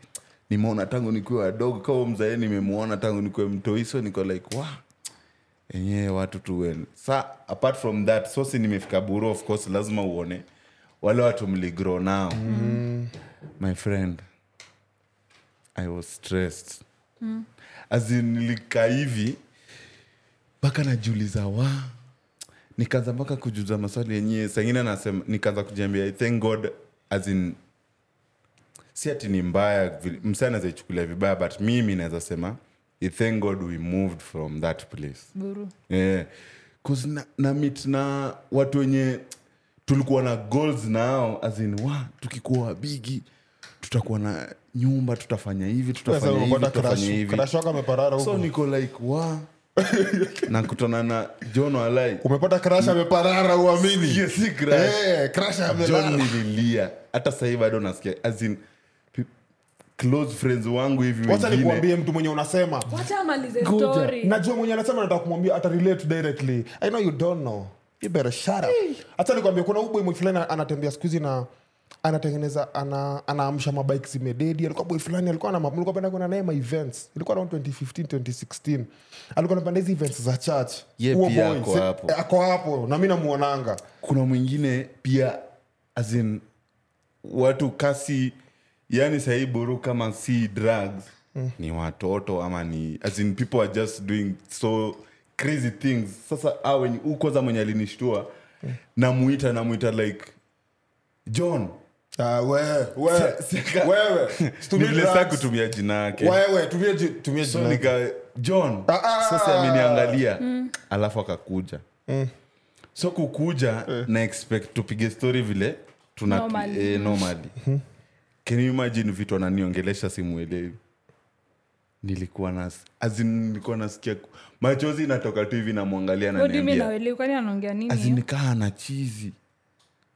Speaker 1: nimeona tangu nikiwa wadogo kawa mzae nimemwona tangu nikiwa mtoi so niko like wa enyewe watu tuwen sa apart from that so si nimefika buru of course lazima uone wale watu mligro nao mm. my friend i was stressed mm. as in nilikaa hivi mpaka najiuliza wa nikaanza mpaka kujuza maswali yenyewe sangine nasema nikaanza kujiambia "I thank god as in si ati ni mbaya vile- msee anazaichukulia vibaya but mimi naweza sema "I thank god we moved from that place
Speaker 3: buru
Speaker 1: yeah. Cause na, na meet na watu wenye tulikuwa na goals nao as in wa tukikuwa bigi tutakuwa na nyumba tutafanya hivi
Speaker 4: Sasa
Speaker 1: tutafanya hivi
Speaker 4: umepata
Speaker 1: tutafanya
Speaker 4: crush.
Speaker 1: hivi
Speaker 4: Crush wako ameparara
Speaker 1: so
Speaker 4: huko.
Speaker 1: niko like wa <laughs> nakutana na john walai
Speaker 4: umepata crush ameparara uamini
Speaker 1: Yes, si crush.
Speaker 4: Eh, crush
Speaker 1: john
Speaker 4: amelala.
Speaker 1: nililia hata sahii bado nasikia as in pe- close friends wangu hivi
Speaker 4: wacha
Speaker 1: wengine
Speaker 4: nikuambie mtu mwenye unasema
Speaker 3: wacha amalize
Speaker 4: Ngoja.
Speaker 3: story
Speaker 4: najua mwenye anasema nataka kumwambia ata relate directly i know you don't know you better shut up hata nikwambia kuna huyu boy mwenye fulani anatembea siku hizi na anatengeneza ana, anaamsha mabike zimededi alikuwa boy fulani alikuwa na alikuwa penda kwenda naye ma events ilikuwa around 2015 2016 alikuwa anapenda hizi events za church
Speaker 1: Ye
Speaker 4: Huo
Speaker 1: pia
Speaker 4: boy,
Speaker 1: ako
Speaker 4: si-
Speaker 1: hapo.
Speaker 4: eh, ako hapo na mimi namuonanga
Speaker 1: kuna mwingine pia as in watu kasi yani sahii buru kama si drugs
Speaker 4: Hmm.
Speaker 1: mm. ni watoto ama ni as in people are just doing so crazy things sasa awe huu kwanza mwenye alinishtua
Speaker 4: Hmm.
Speaker 1: mm. namuita namuita like john
Speaker 4: Ah, wewe, wewe,
Speaker 1: Si- sika-
Speaker 4: wewe, <laughs> situmie
Speaker 1: nilesa
Speaker 4: drugs.
Speaker 1: kutumia jina yake
Speaker 4: Wewe, tumie ji- tumie
Speaker 1: so
Speaker 4: jina.
Speaker 1: nika john
Speaker 4: Ah, ah. Mm.
Speaker 1: sasa ameniangalia alafu akakuja so kukuja
Speaker 4: Eh.
Speaker 1: na expect tupige story vile tuna
Speaker 3: Normally.
Speaker 1: eh, normally.
Speaker 4: Mm-hmm.
Speaker 1: can you imagine vitu ananiongelesha simuelewi nilikuwa na as in nilikuwa nasikia ku- machozi inatoka tu hivi namwangalia
Speaker 3: odimi
Speaker 1: naniambia
Speaker 3: naweli kwani anaongea nini
Speaker 1: As in, kaa na chizi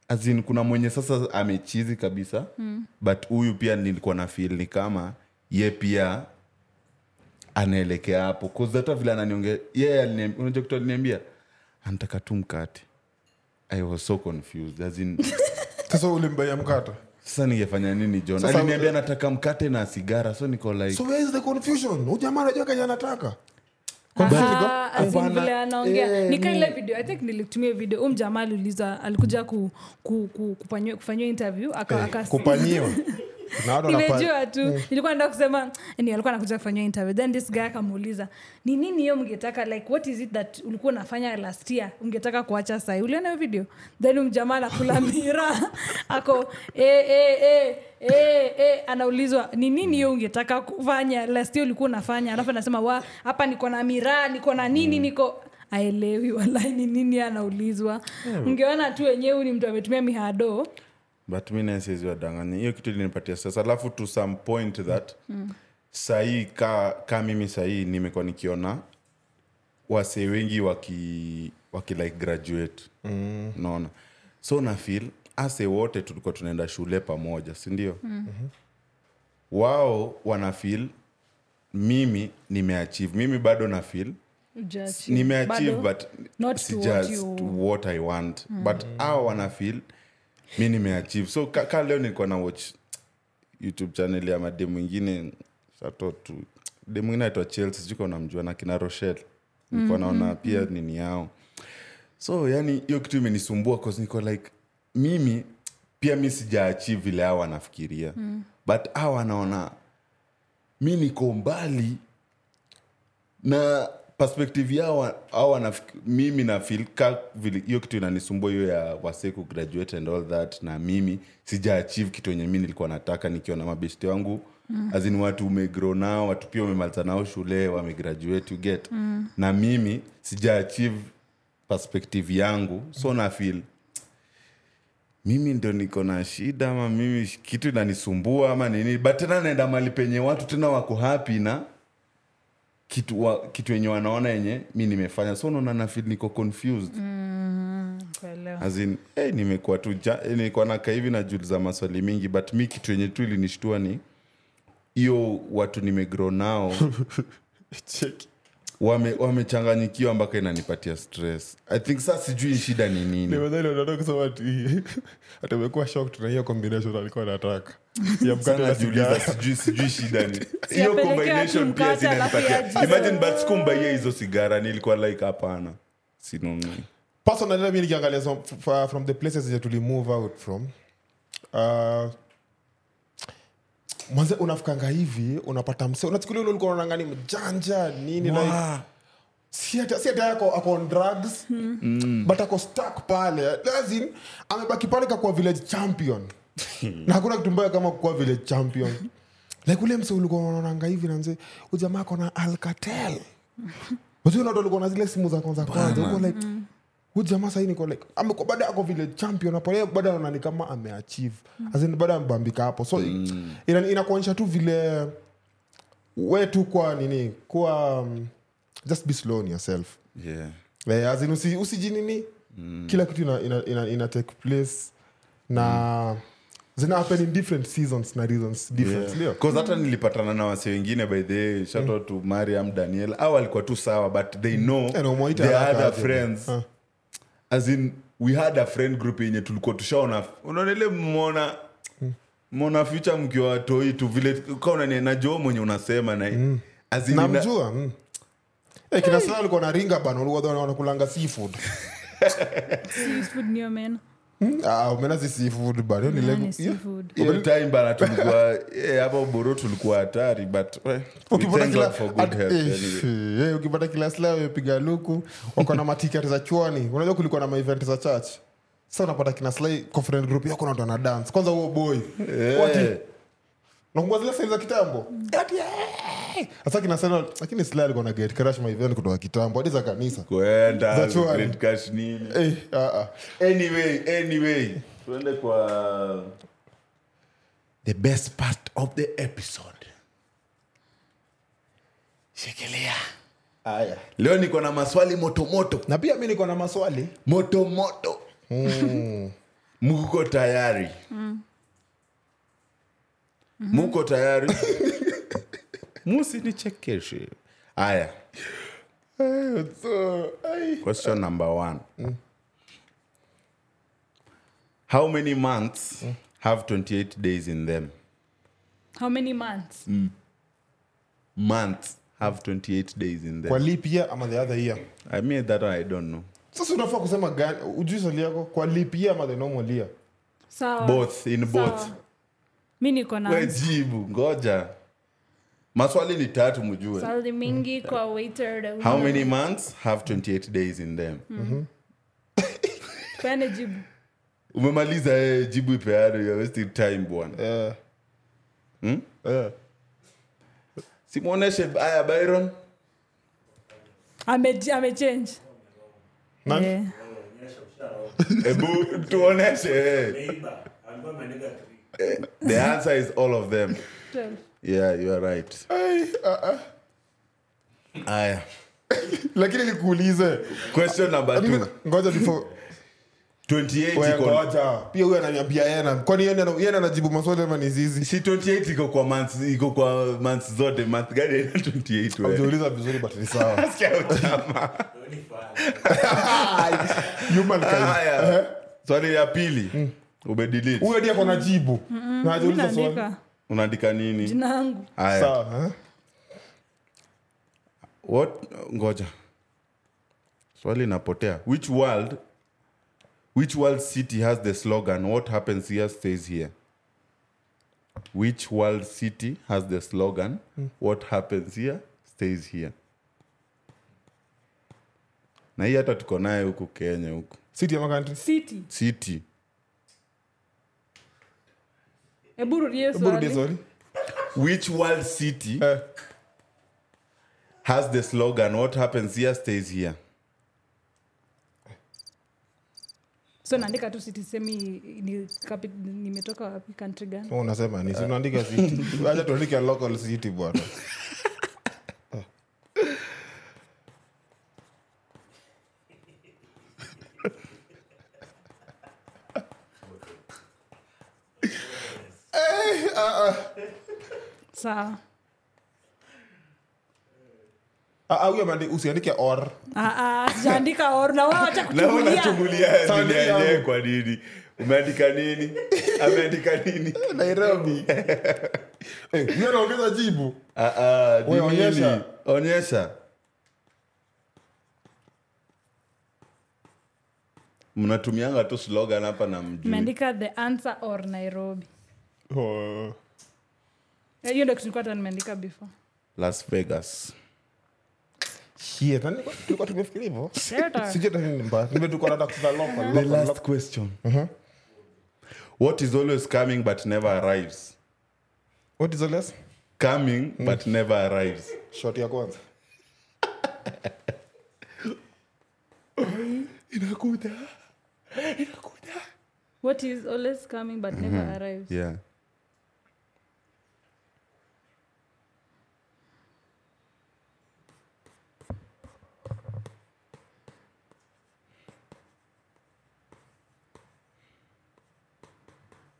Speaker 1: azin kuna mwenye sasa amechizi kabisa mm. but huyu pia nilikuwa na fil ni kama ye pia anaelekea hapo 'Cause hata vile ananiongea yeye aliniam- unajua kitu aliniambia anataka tu mkate i was so confused as in, <laughs>
Speaker 4: sasa ulimbaia mkata
Speaker 1: sasa ningefanya nini john
Speaker 4: Sasa-
Speaker 1: aliniambia nataka mkate na sigara so niko like
Speaker 4: so where is the confusion ujamaa anajua kenye anataka
Speaker 3: Ah, as in
Speaker 4: Kubana-
Speaker 3: vile anaongea
Speaker 4: Eh,
Speaker 3: Nika
Speaker 4: ni-
Speaker 3: ile video i think nilitumia video um jamaa aliuliza alikuja ku, ku, ku, kufanyiwa- kufanyiwa interview aka, aka-
Speaker 4: kupanyiwa Eh, Na watu wanapa-
Speaker 3: nimejua tu nilikuwa naenda kusema ni alikuwa nakuja kufanyia interview then this guy akamuuliza ni nini hiyo mngetaka like what is it that ulikuwa unafanya last year ungetaka kuacha sahi uliona hiyo video then mjamaa anakula mira ako e, e, e, e, e, anaulizwa ni nini hiyo ungetaka kufanya last year ulikuwa unafanya alafu anasema wa hapa niko na miraa niko na nini niko aelewi walai ni nini anaulizwa mngeona tu wenyewe huyu ni mtu ametumia mihado
Speaker 1: but mi nasiwezi wadanganya hiyo kitu ilinipatia sasa alafu to some point that mm. sahii ka, ka mimi sahii nimekuwa nikiona wasee wengi waki, waki like graduate mm. naona so na feel ase wote tulikuwa tunaenda shule pamoja sindio mm. wao wana feel mimi nimeachieve mimi bado na feel
Speaker 3: Judge.
Speaker 1: nimeachieve
Speaker 3: Bado.
Speaker 1: but
Speaker 3: Not
Speaker 1: si
Speaker 3: to what
Speaker 1: just
Speaker 3: you-
Speaker 1: what i want mm. but awa wana feel mi nimeachieve so ka, ka leo nilikuwa na watch youtube channel ya made mwingine satotu de mwingine aitwa chelsea sijuka unamjua na kina rochel
Speaker 3: Mm-hmm.
Speaker 1: nilikuwa naona pia nini yao so yani hiyo kitu imenisumbua 'cause niko like mimi pia mi sijaachieve vile hawa wanafikiria mm. but hawa wanaona mi niko mbali na perspective yao au mimi nafil ka vile- hiyo kitu inanisumbua hiyo ya wasee kugraduate and all that na mimi sija achieve kitu enye mi nilikuwa nataka nikiona mabeshte wangu mm. azini watu umegro nao watu pia umemaliza nao shule wamegraduate you get mm. na mimi sija achieve perspective yangu so na feel mimi ndo niko na shida ama mimi sh- kitu inanisumbua ama nini but tena naenda mali penye watu tena wako hapi na kitu, wa, kitu yenye wanaona yenye mi nimefanya so naona nafil niko confused mm. <laughs>
Speaker 3: kuelewa
Speaker 1: as in hey, nimekuwa tu ja, eh, nilikuwa nakaa hivi najiuliza maswali mingi but mi kitu yenye tu ilinishtua ni hiyo watu nimegro nao wame- wamechanganyikiwa mpaka inanipatia stress i think saa sijui shida ni nini
Speaker 4: <laughs> atamekuwa shocked na hiyo combination alikuwa anataka ya mkate
Speaker 1: Sana
Speaker 4: na
Speaker 1: najiuliza
Speaker 4: sigara.
Speaker 1: sijui sijui shida ni hiyo
Speaker 3: Sijapelekea
Speaker 1: combination
Speaker 3: tu
Speaker 1: pia
Speaker 3: mkate alafu
Speaker 1: zinanipatia
Speaker 3: yajizo.
Speaker 1: imagine but sikumbaia hizo sigara nilikuwa like hapana sinunui
Speaker 4: personally hata mimi nikiangalia so, f- f- from the places zenye tulimove out from uh, mwanze unafikanga hivi unapata mse unachukulia ule ulikuwa unaonanga ni mjanja nini wow. like si hata si hata ako ako on drugs but ako stuck pale lazim amebaki pale kakuwa village champion na hakuna kitu mbaya kama kuwa village champion like ule mse ulikuwa unaonanga hivi nanze ujamaa ako na alcatel waziunato ulikuwa na zile simu za kwanza kwanza uko like huu jamaa sahii niko like amekuwa bado ako vile champion hapo yeye bado anaonani kama ameachieve mm. bado amebambika hapo so mm. ina, inakuonyesha tu vile we tu kwa nini kuwa um, just be slow on yourself
Speaker 1: yeah.
Speaker 4: Eh, as in usi- usijinini mm. kila kitu ina, ina, ina, ina take place na mm. zina happen in different seasons na reasons different yeah.
Speaker 1: Cause hata nilipatana na wase wengine by the way, shout out to mariam daniel au alikuwa tu sawa but they know
Speaker 4: Eh, na umwaite
Speaker 1: their
Speaker 4: haraka
Speaker 1: other
Speaker 4: aje.
Speaker 1: friends
Speaker 4: Ah.
Speaker 1: as in we had a friend group yenye tulikuwa tushaona unaona ile mona
Speaker 4: Mm.
Speaker 1: mona future mkiwa watoi tu vile kaunani najua mwenye unasema na as in ina-
Speaker 4: Mm. namjua mm. hey, kina sala alikuwa na ringa bana ulikuwa wanakulanga seafood
Speaker 3: Seafood ndio meno.
Speaker 4: Ah, umeona si seafood bana hiyo ni
Speaker 3: Nani
Speaker 4: legu- yeah.
Speaker 3: seafood?
Speaker 1: Hiyo time bana tulikuwa <laughs> eh, hapa uboro tulikuwa hatari but eh, we
Speaker 4: ukipata
Speaker 1: thank
Speaker 4: kila
Speaker 1: God for good
Speaker 4: at-
Speaker 1: health
Speaker 4: eh,
Speaker 1: anyway.
Speaker 4: eh, ukipata kila sla wepiga luku wako na matiketi za chuani unajua kulikuwa na maevent za church sa unapata kina sla conference group yako nato na dance kwanza huo boy
Speaker 1: Eh,
Speaker 4: nakungua zile sehemu za kitambo Ati, eh. sasa kina sla lakini sla alikuwa na get crash maevent kutoka kitambo hadi za kanisa
Speaker 1: kwenda
Speaker 4: That's why.
Speaker 1: great cash nini
Speaker 4: Eh, ah, ah.
Speaker 1: anyway anyway tuende kwa the best part of the episode shekelea
Speaker 4: Aya.
Speaker 1: leo niko na maswali motomoto
Speaker 4: na pia mi niko na maswali
Speaker 1: motomoto <laughs> muko tayari muko tayari musinichekeshe haya
Speaker 4: so, ai.
Speaker 1: Question number one. How many months have 28 days in them?
Speaker 3: how many months
Speaker 1: Mm. Months have 28 days in them.
Speaker 4: kwa lipia ama the other year
Speaker 1: I mean, that one I don't know.
Speaker 4: sasa unafaa kusema gani ujui swali yako kwa lipia ama the normal year
Speaker 3: sawa
Speaker 1: Both, in both.
Speaker 3: sawa. mi niko na
Speaker 1: We jibu, ngoja. Maswali ni tatu mjue.
Speaker 3: swali mingi kwa waiter
Speaker 1: How many months have 28 days in them?
Speaker 3: Peane jibu
Speaker 1: Umemaliza eh, jibu ipeano, you're wasting time bwana.
Speaker 4: Eh. Eh.
Speaker 1: Simuoneshe aya Byron.
Speaker 3: Ame- amechange
Speaker 4: Nani?
Speaker 3: Eh.
Speaker 1: Ebu tuoneshe. eh.
Speaker 5: Neighbor, I'm going my nigga three.
Speaker 1: The answer is all of them.
Speaker 3: Twelve.
Speaker 1: Yeah, you are right.
Speaker 4: Ai, ah, ah.
Speaker 1: Aya.
Speaker 4: lakini nikuulize
Speaker 1: Question number two.
Speaker 4: Mimi- ngoja before-
Speaker 1: 28
Speaker 4: Wewe
Speaker 1: iko-
Speaker 4: ngoja. pia huyo ananiambia yena kwani yeye ana- yeye anajibu maswali ama ni zizi
Speaker 1: si 28 iko kwa months iko kwa months zote month gani ina 28 wewe?
Speaker 4: ujiuliza vizuri but
Speaker 1: <laughs>
Speaker 4: ni sawa
Speaker 1: Sikia utamu.
Speaker 4: Human kind.
Speaker 1: Aya. Swali ya pili. Umedelete.
Speaker 4: huyo ndiye ako
Speaker 1: Mm-hmm.
Speaker 4: na jibu na
Speaker 3: Mi
Speaker 4: ajiuliza swali
Speaker 3: naandika
Speaker 1: Unaandika nini?
Speaker 3: jina yangu
Speaker 1: Aya.
Speaker 4: sawa eh?
Speaker 1: What ngoja. Swali inapotea. Which world which world city has the slogan what happens here stays here which world city has the slogan what happens here stays here na hii hata tuko naye huku kenya huku
Speaker 4: city ama country
Speaker 3: city
Speaker 1: city
Speaker 3: hebu rudie
Speaker 4: Hebu rudie
Speaker 3: swali
Speaker 4: swali.
Speaker 1: which world city
Speaker 4: Eh,
Speaker 1: has the slogan what happens here stays here
Speaker 3: so naandika tu city semi ni kapi- nimetoka wapi country gani
Speaker 4: wewe unasema ni si
Speaker 1: <laughs>
Speaker 4: unaandika city acha tuandike local city bwana
Speaker 3: sawa
Speaker 4: Ah, ah, huyo ameandika- usiandike or
Speaker 3: Ah, ah, sijaandika or na wewe acha
Speaker 1: Leo
Speaker 3: kuchungulia
Speaker 1: unachungulia
Speaker 4: Sandi
Speaker 1: dunia
Speaker 4: yangu.
Speaker 1: yenyewe kwa nini umeandika nini <laughs> ameandika nini <laughs>
Speaker 4: nairobi <laughs> Eh, huyo anaongeza jibu
Speaker 1: Ah, ah,
Speaker 4: Wewe
Speaker 1: ni nini?
Speaker 4: onyesha.
Speaker 1: onyesha mnatumianga tu slogan hapa na mjui
Speaker 3: imeandika the answer or nairobi
Speaker 4: Oh.
Speaker 3: Eh, hiyo ndio kitu nilikuwa hata nimeandika before
Speaker 1: las vegas
Speaker 4: Shit, nani- tulikuwa tumefikiria hivyo
Speaker 1: <laughs>
Speaker 3: Theater.
Speaker 4: Sijui hata nini mbaya. Nimetukua hata kusikiza local,
Speaker 1: Ah. the
Speaker 4: local,
Speaker 1: last
Speaker 4: local.
Speaker 1: question Uh-huh. what is always coming but never arrives
Speaker 4: What is the last?
Speaker 1: coming but never arrives
Speaker 4: Shot
Speaker 1: <laughs>
Speaker 4: ya kwanza
Speaker 1: inakuja
Speaker 3: what is always coming but never arrives
Speaker 1: Mhm. yeah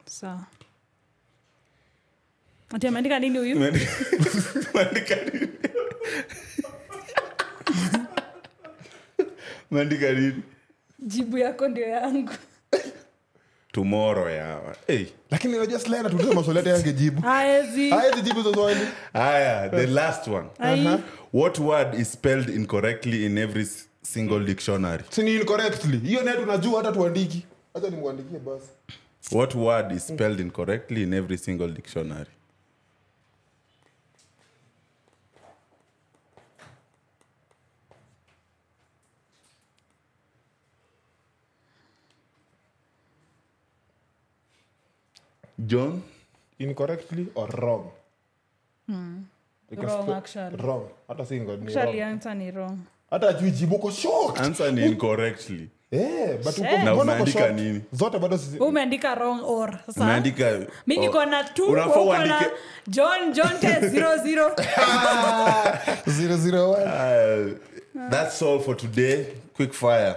Speaker 3: sawa ati ameandika nini huyu
Speaker 1: umeandika nini umeandika nini
Speaker 3: jibu yako ndio
Speaker 1: <laughs>
Speaker 3: yangu
Speaker 1: tomorrow yawa hey.
Speaker 4: lakini unajua Slay anatuuliza maswali hata yeye
Speaker 3: <laughs>
Speaker 4: angejibu
Speaker 3: aezi
Speaker 4: Haezi jibu hizo swali
Speaker 1: Aya, Ah, the last one.
Speaker 3: Ai.
Speaker 1: What word is spelled incorrectly in every s- single dictionary?
Speaker 4: Si ni incorrectly hiyo naye tunajua hata tuandiki hata nimwandikie basi
Speaker 1: What word is
Speaker 3: Mm.
Speaker 1: spelled incorrectly in every single dictionary? John,
Speaker 4: incorrectly or wrong You can
Speaker 3: Hmm. Wrong,
Speaker 4: spell-
Speaker 3: actually.
Speaker 4: wrong hata si ingo- ni
Speaker 3: actually
Speaker 4: wrong.
Speaker 3: answer ni wrong
Speaker 4: hata ajui jibu uko shocked
Speaker 1: answer ni incorrectly.
Speaker 4: eh but uko
Speaker 3: Eh.
Speaker 1: Na
Speaker 4: mbona uko
Speaker 1: unaandika
Speaker 4: shocked?
Speaker 1: nini?
Speaker 4: zote bado si
Speaker 3: Wewe umeandika wrong or sasa
Speaker 1: Unaandika
Speaker 3: mi
Speaker 1: oh,
Speaker 3: niko na tu
Speaker 1: Unafaa
Speaker 3: wewe uko na
Speaker 1: uandike-
Speaker 3: john john
Speaker 1: <laughs>
Speaker 3: test zero zero
Speaker 4: Ah! <laughs> zero zero one
Speaker 1: Uh, that's all for today. Quick fire.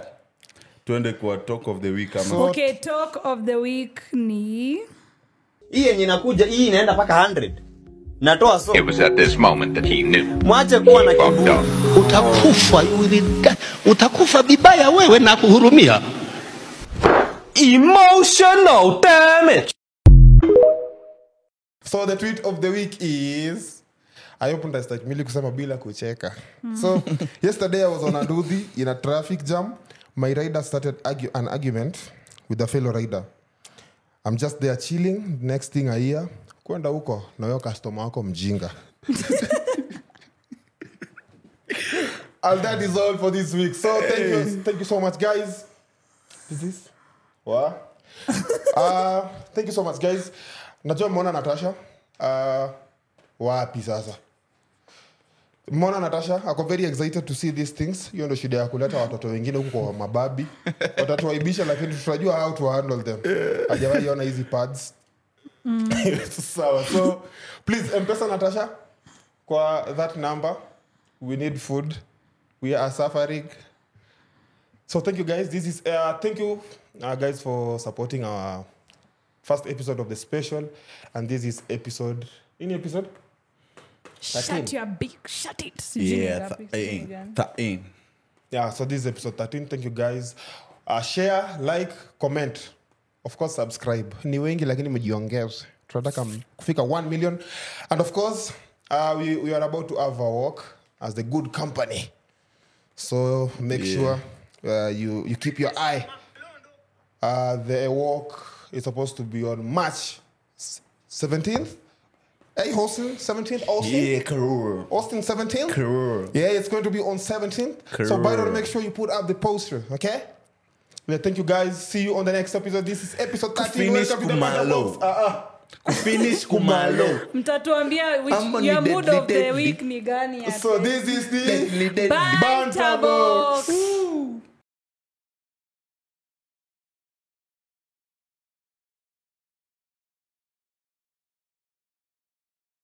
Speaker 1: Tuende kwa talk of the week ama
Speaker 3: okay talk of the week ni
Speaker 6: hii yenye inakuja hii inaenda mpaka 100 natoa so
Speaker 7: It was at this moment that he knew.
Speaker 6: mwache kuwa na
Speaker 7: Fucked
Speaker 6: kiburi
Speaker 7: up.
Speaker 8: utakufa you will die. utakufa vibaya wewe na kuhurumia
Speaker 9: Emotional damage.
Speaker 4: so the tweet of the week is i opened I start mili kusema bila kucheka so yesterday i was on a duthi in a traffic jam my rider started argue, an argument with a fellow rider i'm just there chilling next thing i hear kwenda huko na huyo customer wako mjinga and that is all for this week so thank you, thank you so much guys is this what uh, thank you so much guys najua mmeona natasha uh, wapi sasa mmeona natasha ako very excited to see these things hiyo ndo shida ya kuleta watoto wengine huku kwa mababi watatuaibisha lakini tutajua how to handle them hajawaiona hizi pads <laughs> sawa so please empesa natasha kwa that number we need food we are suffering So thank you guys. This is uh, thank you uh, guys for supporting our first episode of the special, and this is episode any episode
Speaker 3: shut your big shut it Sijui ni
Speaker 1: yeah,
Speaker 3: ngapi, sijui ni
Speaker 1: thirteen.
Speaker 3: gani.
Speaker 1: Thirteen.
Speaker 4: yeah. So this is episode thirteen. Thank you guys. Uh, share, like, comment, of course subscribe. Ni wengi lakini mjiongeze. Tunataka m- kufika 1 million, and of course uh, we we are about to have a walk as the good company. So make
Speaker 1: Yeah.
Speaker 4: sure uh, you you keep your eye Uh, the walk is supposed to be on March s- 17th. Hey, Austin, 17th, Austin.
Speaker 1: Yeah, Karura.
Speaker 4: Austin 17th.
Speaker 1: Karura.
Speaker 4: Yeah, it's going to be on 17th. So, Byron,
Speaker 1: Correct.
Speaker 4: make sure you put up the poster, okay? Yeah, thank you guys. See you on the next episode. This is episode 13.
Speaker 1: Finish
Speaker 4: Welcome to the Mother
Speaker 1: Kumalo.
Speaker 4: Box. Uh-uh.
Speaker 1: ah. Kufinish <laughs> kumalo.
Speaker 3: mtatuambia which-
Speaker 1: Ama ni
Speaker 3: your
Speaker 1: deadly,
Speaker 3: mood of the
Speaker 1: deadly.
Speaker 3: week ni gani
Speaker 4: So, this is the.
Speaker 1: Deadly, deadly.
Speaker 3: Banter
Speaker 4: Banter
Speaker 3: Box.
Speaker 4: Box.